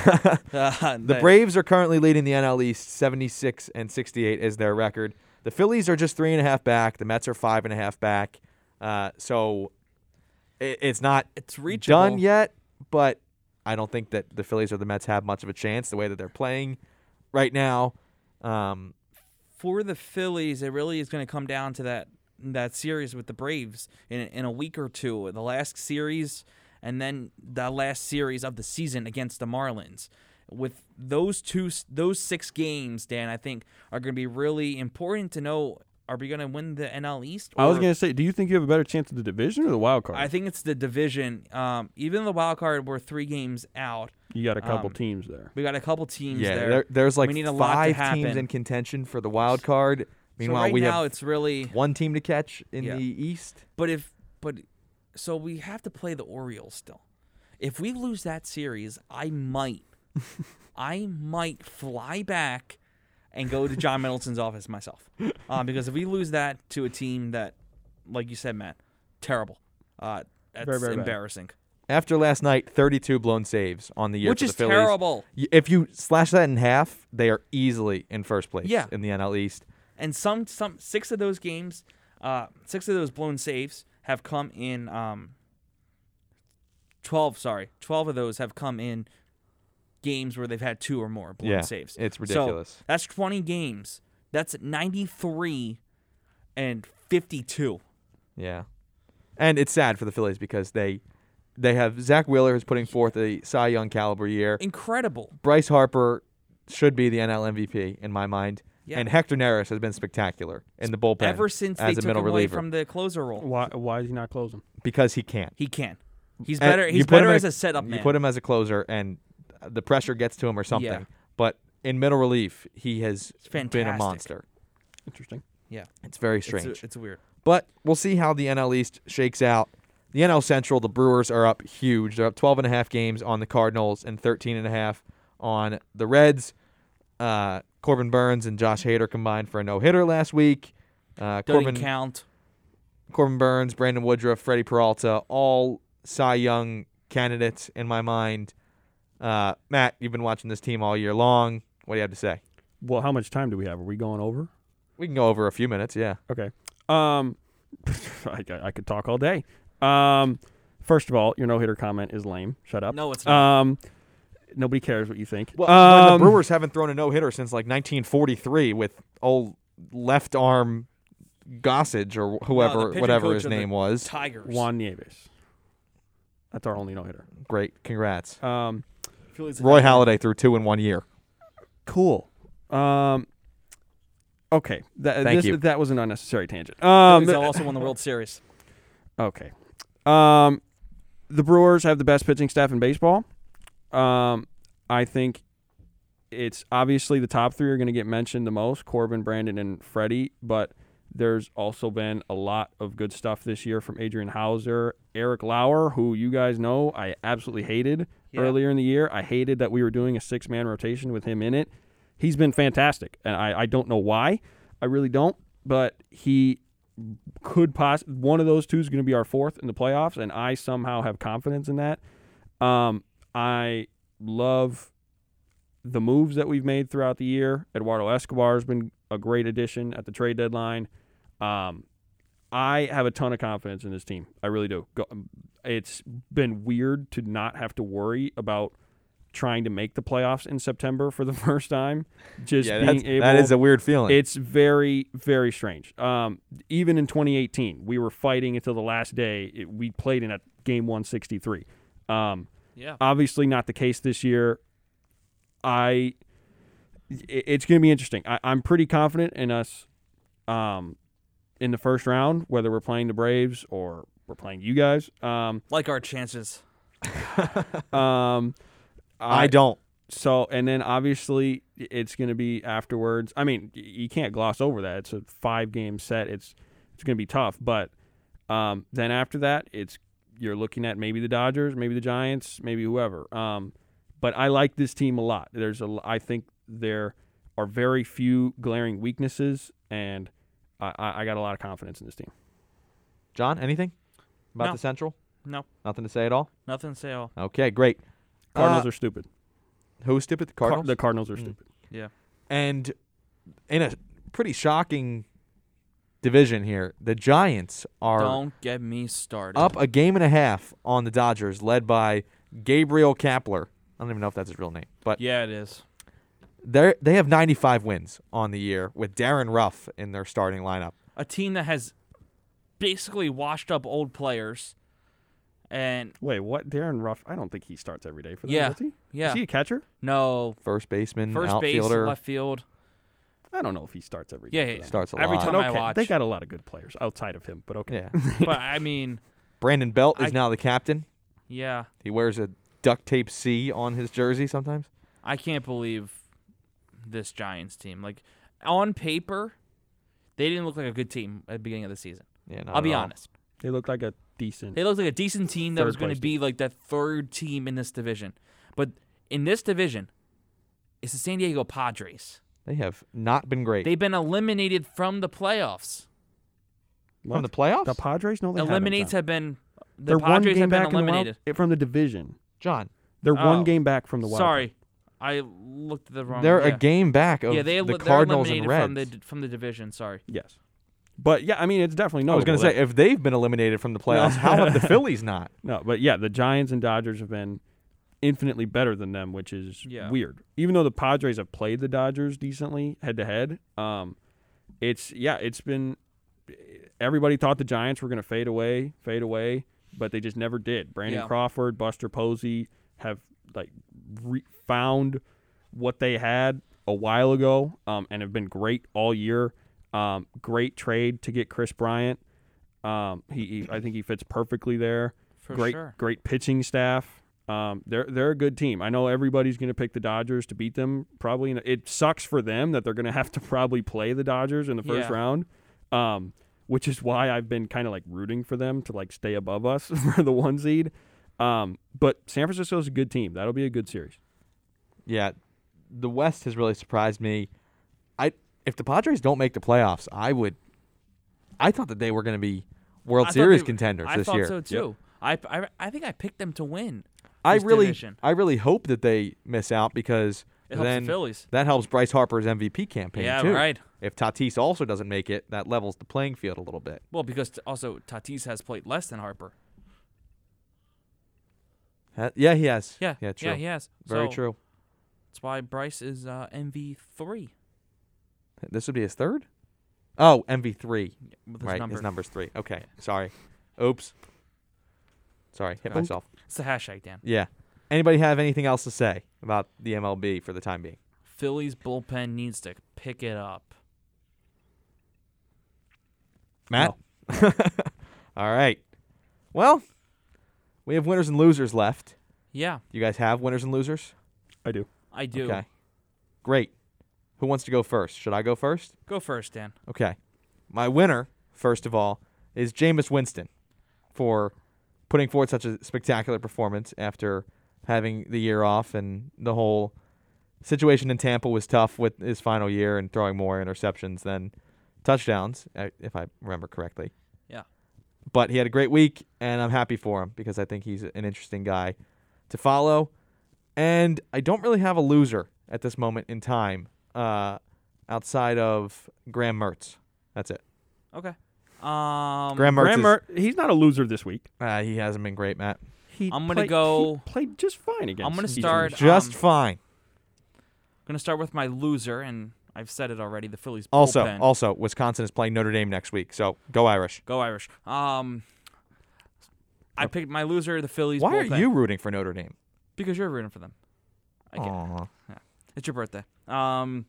Speaker 2: Uh,
Speaker 1: The Braves are currently leading the NL East 76 and 68 is their record. The Phillies are just three and a half back. The Mets are five and a half back. Uh, so it, it's not
Speaker 2: It's reachable.
Speaker 1: done yet, but I don't think that the Phillies or the Mets have much of a chance the way that they're playing right now. Um,
Speaker 2: for the Phillies, it really is going to come down to that that series with the Braves in in a week or two, the last series, and then the last series of the season against the Marlins. With those two, those six games, Dan, I think are going to be really important to know: Are we going to win the NL East?
Speaker 3: I was
Speaker 2: or-
Speaker 3: gonna say, do you think you have a better chance of the division or the wild card?
Speaker 2: I think it's the division. Um, even the wild card, we're three games out.
Speaker 3: you got a couple
Speaker 2: um,
Speaker 3: teams there.
Speaker 2: We got a couple teams
Speaker 1: yeah,
Speaker 2: there.
Speaker 1: there- there's like
Speaker 2: We need a lot to
Speaker 1: five teams
Speaker 2: happen.
Speaker 1: in contention for the wild card. Meanwhile,
Speaker 2: so right
Speaker 1: we
Speaker 2: now
Speaker 1: have
Speaker 2: it's really
Speaker 1: one team to catch in
Speaker 2: Yeah.
Speaker 1: the East.
Speaker 2: But if but so we have to play the Orioles still. If we lose that series, I might I might fly back and go to John Middleton's office myself. Um, because if we lose that to a team that like you said, Matt, terrible. Uh that's
Speaker 3: Very, very bad.
Speaker 2: embarrassing.
Speaker 1: After last night, 32 blown saves on the year
Speaker 2: Which
Speaker 1: for the
Speaker 2: is
Speaker 1: Phillies.
Speaker 2: terrible.
Speaker 1: Y- If you slash that in half, they are easily in first place
Speaker 2: Yeah.
Speaker 1: in the NL East.
Speaker 2: And some some six of those games, uh six of those blown saves have come in um 12, sorry. 12 of those have come in games where they've had two or more blown
Speaker 1: Yeah,
Speaker 2: saves.
Speaker 1: it's
Speaker 2: So
Speaker 1: ridiculous.
Speaker 2: that's 20 games. That's 93 and 52.
Speaker 1: Yeah. And it's sad for the Phillies because they they have Zach Wheeler who's putting forth a Cy Young caliber year.
Speaker 2: Incredible.
Speaker 1: Bryce Harper should be the NL MVP in my mind.
Speaker 2: Yeah.
Speaker 1: And Hector Neris has been spectacular in the bullpen
Speaker 2: Ever since they
Speaker 1: as a
Speaker 2: took him
Speaker 1: middle
Speaker 2: away
Speaker 1: reliever
Speaker 2: from the closer role,
Speaker 3: Why? Why is he not closing?
Speaker 1: because he can't.
Speaker 2: he can. He's
Speaker 1: And
Speaker 2: better.
Speaker 1: you
Speaker 2: He's
Speaker 1: put him
Speaker 2: better
Speaker 1: in
Speaker 2: as a setup Oh, man.
Speaker 1: You put him as a closer, and the pressure gets to him or something.
Speaker 2: Yeah.
Speaker 1: But in middle relief, he has been a
Speaker 2: fantastic.
Speaker 1: monster.
Speaker 3: Interesting.
Speaker 2: yeah,
Speaker 1: It's very
Speaker 2: it's,
Speaker 1: strange.
Speaker 2: it's weird.
Speaker 1: but we'll see how the NL East shakes out. The NL Central, the Brewers are up huge. They're up 12 and a half games on the Cardinals and 13 and a half on the Reds. Uh, Corbin Burns and Josh Hader combined for a no-hitter last week. Uh,
Speaker 2: Doesn't
Speaker 1: Corbin
Speaker 2: count.
Speaker 1: Corbin Burns, Brandon Woodruff, Freddie Peralta, all Cy Young candidates in my mind. Uh, Matt, you've been watching this team all year long. What do you have to say?
Speaker 3: Well, how much time do we have? Are we going over?
Speaker 1: We can go over a few minutes, yeah.
Speaker 3: Okay. Um, I, I could talk all day. Um, first of all, your no hitter comment is lame. Shut up.
Speaker 2: No, it's not.
Speaker 1: Uh,
Speaker 3: Um, nobody cares what you think.
Speaker 1: Well,
Speaker 3: Um,
Speaker 1: the Brewers haven't thrown a no hitter since like 1943 with old left arm Gossage or
Speaker 2: No, the
Speaker 1: whoever,
Speaker 2: pitching
Speaker 1: whatever
Speaker 2: coach
Speaker 1: his
Speaker 2: of the
Speaker 1: name was.
Speaker 2: Tigers.
Speaker 3: Juan Nieves. That's our only no hitter.
Speaker 1: Great, congrats.
Speaker 3: Um,
Speaker 2: Phillies-
Speaker 1: Roy Halladay threw two in one year.
Speaker 3: cool. Um, okay. That,
Speaker 1: Thank
Speaker 3: this,
Speaker 1: you.
Speaker 3: That was an unnecessary tangent. Um,
Speaker 2: Phillies also won the World Series.
Speaker 3: Okay. Um, the Brewers have the best pitching staff in baseball. Um, I think it's obviously the top three are going to get mentioned the most Corbin, Brandon, and Freddie, but there's also been a lot of good stuff this year from Adrian Hauser, Eric Lauer, who you guys know I absolutely hated
Speaker 2: Yeah.
Speaker 3: earlier in the year. I hated that we were doing a six man rotation with him in it. He's been fantastic, and I, I don't know why. I really don't, but he could poss one of those two is going to be our fourth in the playoffs, and I somehow have confidence in that. Um, I love the moves that we've made throughout the year. Eduardo Escobar has been a great addition at the trade deadline. Um, I have a ton of confidence in this team. I really do. Go, it's been weird to not have to worry about trying to make the playoffs in September for the first time. Just
Speaker 1: Yeah,
Speaker 3: being
Speaker 1: that's,
Speaker 3: able
Speaker 1: that is a weird feeling.
Speaker 3: it's very, very strange. Um, even in 2018, we were fighting until the last day. It, we played in a game 163. Um,
Speaker 2: Yeah.
Speaker 3: obviously, not the case this year. I, i- it's going to be interesting. I, I'm pretty confident in us, um, in the first round, whether we're playing the Braves or we're playing you guys. Um,
Speaker 2: Like our chances.
Speaker 3: um,
Speaker 1: I don't.
Speaker 3: so and then obviously it's going to be afterwards. I mean, y- you can't gloss over that. It's a five game set. It's it's going to be tough, but um, then after that, it's you're looking at maybe the Dodgers, maybe the Giants, maybe whoever. Um, but I like this team a lot. There's a l- I think there are very few glaring weaknesses, and I, I I got a lot of confidence in this team.
Speaker 1: John, anything about
Speaker 2: No.
Speaker 1: the Central?
Speaker 2: No.
Speaker 1: Nothing to say at all?
Speaker 2: Nothing to say. All
Speaker 1: Okay, great.
Speaker 3: Cardinals
Speaker 1: Uh,
Speaker 3: are stupid.
Speaker 1: who's stupid? The
Speaker 3: Car-
Speaker 1: Cardinals?
Speaker 3: the Cardinals are
Speaker 1: Mm.
Speaker 3: stupid.
Speaker 1: and in a pretty shocking division here, the Giants are
Speaker 2: don't get me started.
Speaker 1: up a game and a half on the Dodgers, led by Gabriel Kapler. I don't even know if that's his real name, but
Speaker 2: Yeah, it is.
Speaker 1: they they have 95 wins on the year with Darren Ruff in their starting lineup.
Speaker 2: A team that has basically washed up old players, and
Speaker 3: Wait, what? Darren Ruff? I don't think he starts every day for them.
Speaker 2: Yeah.
Speaker 3: does he?
Speaker 2: yeah,
Speaker 3: Is he a catcher?
Speaker 2: no
Speaker 1: First baseman,
Speaker 2: first base,
Speaker 1: outfielder,
Speaker 2: left field.
Speaker 3: I don't know if he starts every
Speaker 2: Yeah,
Speaker 3: day.
Speaker 2: yeah,
Speaker 3: for
Speaker 2: yeah.
Speaker 1: starts a
Speaker 2: Every
Speaker 1: lot.
Speaker 3: them.
Speaker 2: time
Speaker 3: But
Speaker 2: I
Speaker 3: okay,
Speaker 2: watch.
Speaker 3: they got a lot of good players outside of him. But okay,
Speaker 1: Yeah,
Speaker 2: but I mean,
Speaker 1: Brandon Belt is
Speaker 2: I-
Speaker 1: now the captain.
Speaker 2: yeah,
Speaker 1: He wears a duct tape C on his jersey sometimes.
Speaker 2: I can't believe this Giants team. Like on paper, they didn't look like a good team at the beginning of the season.
Speaker 1: Yeah, not
Speaker 2: I'll
Speaker 1: at
Speaker 2: be
Speaker 1: all.
Speaker 2: honest.
Speaker 3: they look like a decent.
Speaker 2: They looked like a decent team that
Speaker 3: Third
Speaker 2: was going
Speaker 3: place
Speaker 2: to be like that third team in this division. But in this division, it's the San Diego Padres.
Speaker 1: They have not been great
Speaker 2: They've been eliminated from the playoffs.
Speaker 1: from
Speaker 3: What?
Speaker 1: the playoffs.
Speaker 3: the Padres? No, they haven't,
Speaker 2: Eliminates
Speaker 3: John.
Speaker 2: have been the
Speaker 3: They're one
Speaker 2: Padres
Speaker 3: game
Speaker 2: have been
Speaker 3: back in the wild-
Speaker 2: eliminated.
Speaker 3: eh, from the division.
Speaker 1: John,
Speaker 3: They're
Speaker 2: Oh.
Speaker 3: one game back from the wild.
Speaker 2: Sorry, I looked at the wrong.
Speaker 1: they're
Speaker 2: yeah.
Speaker 1: a game back of
Speaker 2: Yeah, they
Speaker 1: the
Speaker 2: eli- they're
Speaker 1: Cardinals and
Speaker 2: eliminated
Speaker 1: Reds.
Speaker 2: from the d- from the division. Sorry.
Speaker 3: card. Yes, but yeah, I mean it's definitely no.
Speaker 1: I was going to say, if they've been eliminated from the playoffs, how have the Phillies not?
Speaker 3: no, but yeah, the Giants and Dodgers have been infinitely better than them, which is
Speaker 2: Yeah.
Speaker 3: weird. Even though the Padres have played the Dodgers decently head to head, um, it's yeah, it's been everybody thought the Giants were going to fade away, fade away, but they just never did. Brandon
Speaker 2: Yeah.
Speaker 3: Crawford, Buster Posey have like re- found what they had a while ago um, and have been great all year. Um, great trade to get Chris Bryant. Um, he, he, I think he fits perfectly there
Speaker 2: For
Speaker 3: great,
Speaker 2: sure.
Speaker 3: great pitching staff. Um, they're they're a good team. I know everybody's going to pick the Dodgers to beat them. Probably, in- it sucks for them that they're going to have to probably play the Dodgers in the first
Speaker 2: Yeah.
Speaker 3: round, um, which is why I've been kind of like rooting for them to like stay above us for the one seed. Um, but San Francisco's a good team. That'll be a good series.
Speaker 1: Yeah, the West has really surprised me. I if the Padres don't make the playoffs, I would. I thought that they were going to be World
Speaker 2: I thought
Speaker 1: Series
Speaker 2: they-
Speaker 1: contenders
Speaker 2: I
Speaker 1: this
Speaker 2: thought
Speaker 1: year.
Speaker 2: so too. I, I I think I picked them to win.
Speaker 1: I
Speaker 2: this
Speaker 1: really,
Speaker 2: division.
Speaker 1: I really hope that they miss out because
Speaker 2: It helps
Speaker 1: then
Speaker 2: the Phillies.
Speaker 1: that helps Bryce Harper's MVP campaign
Speaker 2: Yeah,
Speaker 1: too.
Speaker 2: right.
Speaker 1: If Tatis also doesn't make it, that levels the playing field a little bit.
Speaker 2: Well, because t- also Tatis has played less than Harper.
Speaker 1: Ha- yeah, he has.
Speaker 2: Yeah,
Speaker 1: yeah, true.
Speaker 2: yeah, he has.
Speaker 1: Very
Speaker 2: So
Speaker 1: true.
Speaker 2: That's why Bryce is uh, MV three
Speaker 1: This would be his third. Oh, MV three.
Speaker 2: with his
Speaker 1: Right,
Speaker 2: number.
Speaker 1: his number's three. Okay, sorry. Oops. Sorry, hit
Speaker 2: Okay.
Speaker 1: myself.
Speaker 2: It's the hashtag, Dan.
Speaker 1: Yeah. Anybody have anything else to say about the MLB for the time being?
Speaker 2: Phillies bullpen needs to pick it up.
Speaker 1: Matt? All right. Well, we have winners and losers left.
Speaker 2: Yeah,
Speaker 1: You guys have winners and losers?
Speaker 3: I do.
Speaker 2: I do.
Speaker 1: Okay. Great. Who wants to go first? Should I go first?
Speaker 2: Go first, Dan.
Speaker 1: Okay. My winner, first of all, is Jameis Winston for putting forward such a spectacular performance after having the year off and the whole situation in Tampa was tough with his final year and throwing more interceptions than touchdowns, uh, if I remember correctly.
Speaker 2: Yeah.
Speaker 1: But he had a great week, and I'm happy for him because I think he's an interesting guy to follow. And I don't really have a loser at this moment in time, uh, outside of Graham Mertz. That's it.
Speaker 2: Okay. Um,
Speaker 1: Graham Mertz.
Speaker 3: Graham
Speaker 1: is-
Speaker 3: Mer- he's not a loser this week.
Speaker 1: uh, he hasn't been great, Matt.
Speaker 3: He
Speaker 2: I'm gonna
Speaker 3: played- he
Speaker 2: go-
Speaker 3: played just fine against.
Speaker 2: gonna
Speaker 3: Houston.
Speaker 2: start-
Speaker 1: Just
Speaker 2: Um,
Speaker 1: fine.
Speaker 2: gonna start with my loser, and I've said it already. The Phillies
Speaker 1: Also,
Speaker 2: bullpen.
Speaker 1: also, Wisconsin is playing Notre Dame next week, so go Irish.
Speaker 2: Go Irish. Um, I picked my loser, the Phillies.
Speaker 1: Why
Speaker 2: bullpen.
Speaker 1: are you rooting for Notre Dame?
Speaker 2: Because you're rooting for them. I get it.
Speaker 1: Aw.
Speaker 2: It's your birthday. Um,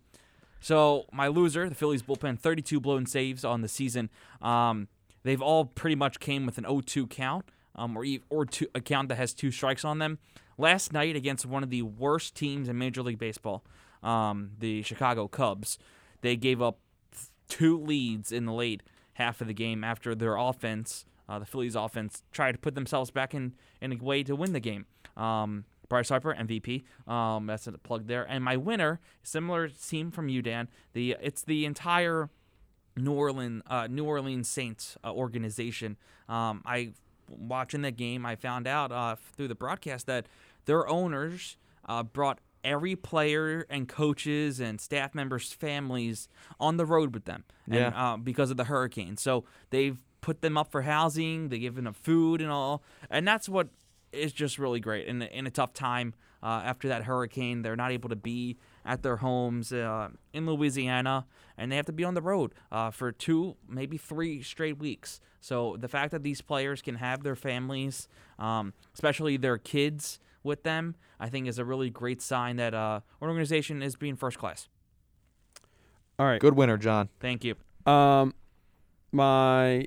Speaker 2: so my loser, the Phillies bullpen, 32 blown saves on the season. Um, they've all pretty much came with an 0-2 count. um, or ev- or two, a count that has two strikes on them. Last night against one of the worst teams in Major League Baseball, um, the Chicago Cubs, they gave up th- two leads in the late half of the game after their offense, uh, the Phillies' offense, tried to put themselves back in in a way to win the game. Um, Bryce Harper, MVP. Um, that's a plug there. And my winner, similar team from you, Dan. The it's the entire New Orleans uh, New Orleans Saints uh, organization. Um, I watching that game, I found out uh, through the broadcast that their owners uh, brought every player and coaches and staff members' families on the road with them, and,
Speaker 1: Yeah.
Speaker 2: uh, because of the hurricane. So they've put them up for housing, they give them food and all, and that's what is just really great. In in a tough time uh, after that hurricane, they're not able to be at their homes uh, in Louisiana, and they have to be on the road uh, for two, maybe three straight weeks. So the fact that these players can have their families, um, especially their kids, with them, I think is a really great sign that uh, an organization is being first class.
Speaker 3: All right.
Speaker 1: Good winner, John.
Speaker 2: Thank you.
Speaker 3: Um, my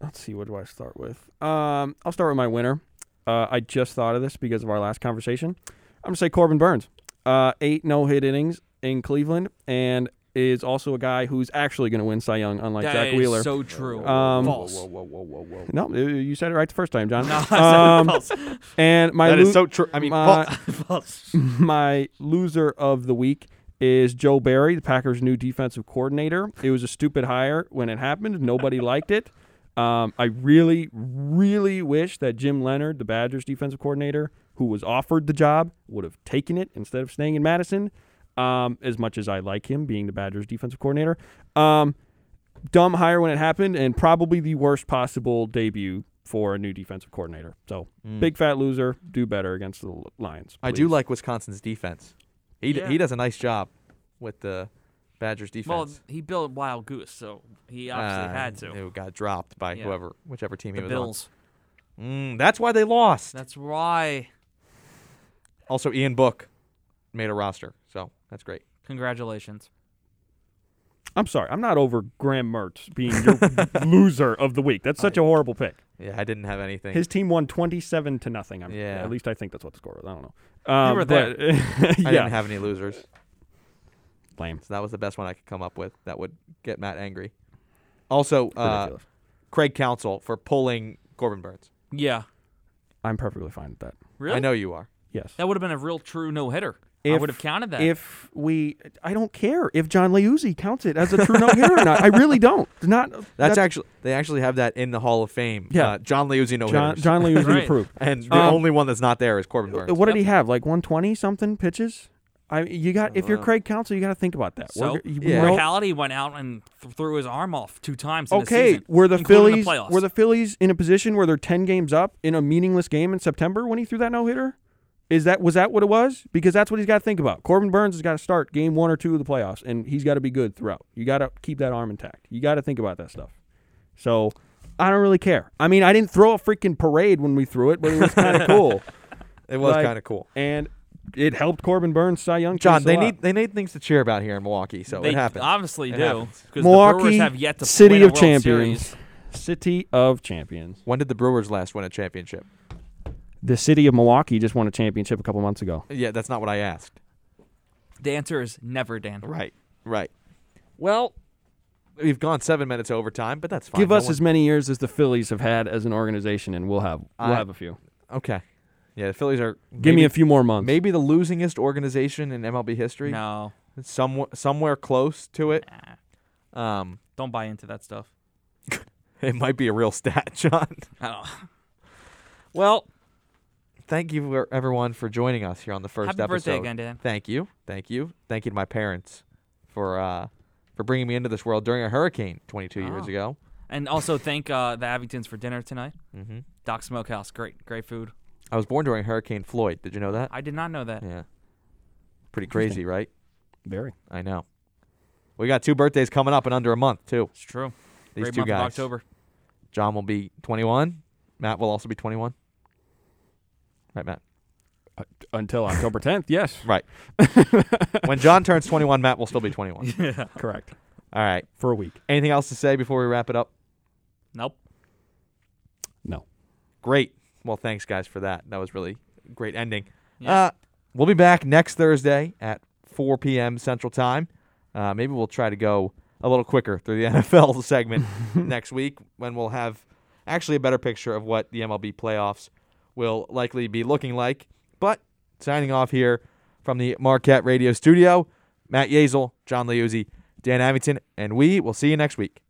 Speaker 3: let's see, what do I start with? Um, I'll start with my winner. Uh, I just thought of this because of our last conversation. I'm gonna say Corbin Burns. Uh, eight no hit innings in Cleveland, and is also a guy who's actually gonna win Cy Young, unlike
Speaker 2: That
Speaker 3: Jack
Speaker 2: is
Speaker 3: Wheeler.
Speaker 2: so true.
Speaker 3: Um,
Speaker 2: false.
Speaker 1: whoa, whoa, whoa, whoa.
Speaker 3: no, you- you said it right the first time, John.
Speaker 2: No, I said
Speaker 3: um,
Speaker 2: false.
Speaker 3: and my
Speaker 1: That is
Speaker 3: lo-
Speaker 1: so true. I mean,
Speaker 3: my-
Speaker 1: false.
Speaker 2: false.
Speaker 3: my loser of the week is Joe Barry, the Packers' new defensive coordinator. It was a stupid hire when it happened. Nobody liked it. Um, I really, really wish that Jim Leonard, the Badgers' defensive coordinator, who was offered the job, would have taken it instead of staying in Madison. Um, as much as I like him being the Badgers' defensive coordinator, um, dumb hire when it happened, and probably the worst possible debut for a new defensive coordinator. So, big fat loser. Do better against the Lions.
Speaker 1: Mm. I
Speaker 3: please.
Speaker 1: do like Wisconsin's defense. He d-
Speaker 2: Yeah.
Speaker 1: he does a nice job with the Badgers
Speaker 2: Well,
Speaker 1: defense.
Speaker 2: he built Wild Goose, so he obviously
Speaker 3: Ah,
Speaker 1: Uh,
Speaker 2: had to.
Speaker 1: Who got dropped by
Speaker 2: Yeah.
Speaker 1: whoever, whichever team
Speaker 2: The
Speaker 1: he was
Speaker 2: Bills.
Speaker 1: on. Mm, that's why they lost.
Speaker 2: That's why.
Speaker 1: Also, Ian Book made a roster, so that's great.
Speaker 2: Congratulations.
Speaker 3: I'm sorry. I'm not over Graham Mertz being your loser of the week. That's such a horrible pick.
Speaker 1: Yeah, I didn't have anything.
Speaker 3: His team won 27 to nothing. I'm,
Speaker 1: Yeah.
Speaker 3: At least I think that's what the score was. I don't know. Um,
Speaker 2: were
Speaker 3: but-
Speaker 1: I
Speaker 3: yeah.
Speaker 1: didn't have any losers, so
Speaker 3: Lame.
Speaker 1: that was the best one I could come up with that would get Matt angry. Also, uh,
Speaker 3: Ridiculous.
Speaker 1: Craig Council for pulling Corbin Burns.
Speaker 2: Yeah.
Speaker 3: I'm perfectly fine with that.
Speaker 2: Really?
Speaker 1: I know you are.
Speaker 3: Yes.
Speaker 2: That would have been a real true no hitter. I
Speaker 3: If-
Speaker 2: would have counted that.
Speaker 3: If we, I don't care if John Leuzzi counts it as a true no hitter or not. I really don't. Not
Speaker 1: That's, actually they actually have that in the Hall of Fame.
Speaker 3: Yeah.
Speaker 1: uh, John Leuzzi no
Speaker 3: John,
Speaker 1: hitters.
Speaker 3: John Leuzzi
Speaker 2: Right.
Speaker 3: approved.
Speaker 1: and the
Speaker 3: Um,
Speaker 1: only one that's not there is Corbin Burns.
Speaker 3: What did he have? Like 120 something pitches. I you got if you're
Speaker 1: Wow.
Speaker 3: Craig Council, you got to think about that.
Speaker 2: so,
Speaker 3: We're- you
Speaker 1: Uh, Yeah.
Speaker 3: know-
Speaker 2: Roy Halladay went out and th- threw his arm off two times. In
Speaker 3: okay,
Speaker 2: the season,
Speaker 3: were the
Speaker 2: including
Speaker 3: Phillies
Speaker 2: The playoffs.
Speaker 3: were the Phillies in a position where they're ten games up in a meaningless game in September when he threw that no hitter? Is that was that what it was? Because that's what he's got to think about. Corbin Burns has got to start game one or two of the playoffs, and he's got to be good throughout. You got to keep that arm intact. You got to think about that stuff. So I don't really care. I mean, I didn't throw a freaking parade when we threw it, but it was kind of cool,
Speaker 1: it was
Speaker 3: like-
Speaker 1: kind of cool.
Speaker 3: and it helped Corbin Burns Cy Young.
Speaker 1: John,
Speaker 3: chase a
Speaker 1: they
Speaker 3: lot.
Speaker 1: need they need things to cheer about here in Milwaukee, so
Speaker 2: they
Speaker 1: it happens.
Speaker 2: obviously
Speaker 1: It
Speaker 2: do
Speaker 1: happens.
Speaker 2: because the Brewers
Speaker 3: Milwaukee,
Speaker 2: have yet to
Speaker 3: city
Speaker 2: win a
Speaker 3: of
Speaker 2: World
Speaker 3: champions.
Speaker 2: Series.
Speaker 3: City of Champions.
Speaker 1: when did the Brewers last win a championship?
Speaker 3: The city of Milwaukee just won a championship a couple months ago.
Speaker 1: Yeah, that's not what I asked.
Speaker 2: The answer is never, Dan.
Speaker 1: Right, right. Well, we've gone seven minutes overtime, but that's fine.
Speaker 3: Give
Speaker 1: No
Speaker 3: us
Speaker 1: one-
Speaker 3: as many years as the Phillies have had as an organization, and we'll have we'll
Speaker 1: I-
Speaker 3: have a few.
Speaker 1: okay. Yeah, the Phillies are.
Speaker 3: Give me
Speaker 1: maybe-
Speaker 3: a few more months.
Speaker 1: Maybe the losingest organization in MLB history.
Speaker 2: No,
Speaker 1: Somewhere, somewhere close to it.
Speaker 2: Nah,
Speaker 1: Um,
Speaker 2: don't buy into that stuff.
Speaker 1: it might be a real stat, John.
Speaker 2: I don't.
Speaker 1: Well, thank you for everyone for joining us here on the first
Speaker 2: Happy
Speaker 1: episode.
Speaker 2: birthday again, Dan.
Speaker 1: Thank you, thank you, thank you to my parents for uh, for bringing me into this world during a hurricane 22 years
Speaker 2: Ah.
Speaker 1: ago.
Speaker 2: And also thank uh, the Abingtons for dinner tonight.
Speaker 1: hmm
Speaker 2: Doc Smokehouse, great, great food.
Speaker 1: I was born during Hurricane Floyd. Did you know that?
Speaker 2: I did not know that.
Speaker 1: Yeah, pretty crazy, right?
Speaker 3: Very.
Speaker 1: I know. We got two birthdays coming up in under a month too.
Speaker 2: It's true.
Speaker 1: These
Speaker 2: great
Speaker 1: two
Speaker 2: month
Speaker 1: guys.
Speaker 2: of October.
Speaker 1: John will be 21. Matt will also be 21. Right, Matt.
Speaker 3: Until October 10th, yes.
Speaker 1: Right. when John turns 21, Matt will still be 21.
Speaker 3: Correct.
Speaker 1: All right.
Speaker 3: For a week.
Speaker 1: Anything else to say before we wrap it up?
Speaker 2: Nope.
Speaker 3: No.
Speaker 1: Great. Well, thanks guys for that. That was really great ending.
Speaker 2: Yeah.
Speaker 1: Uh, we'll be back next Thursday at 4 p.m. Central Time. Uh, maybe we'll try to go a little quicker through the NFL segment next week when we'll have actually a better picture of what the MLB playoffs will likely be looking like. But signing off here from the Marquette Radio Studio, Matt Yazel, John Liuzzi, Dan Abington, and we will see you next week.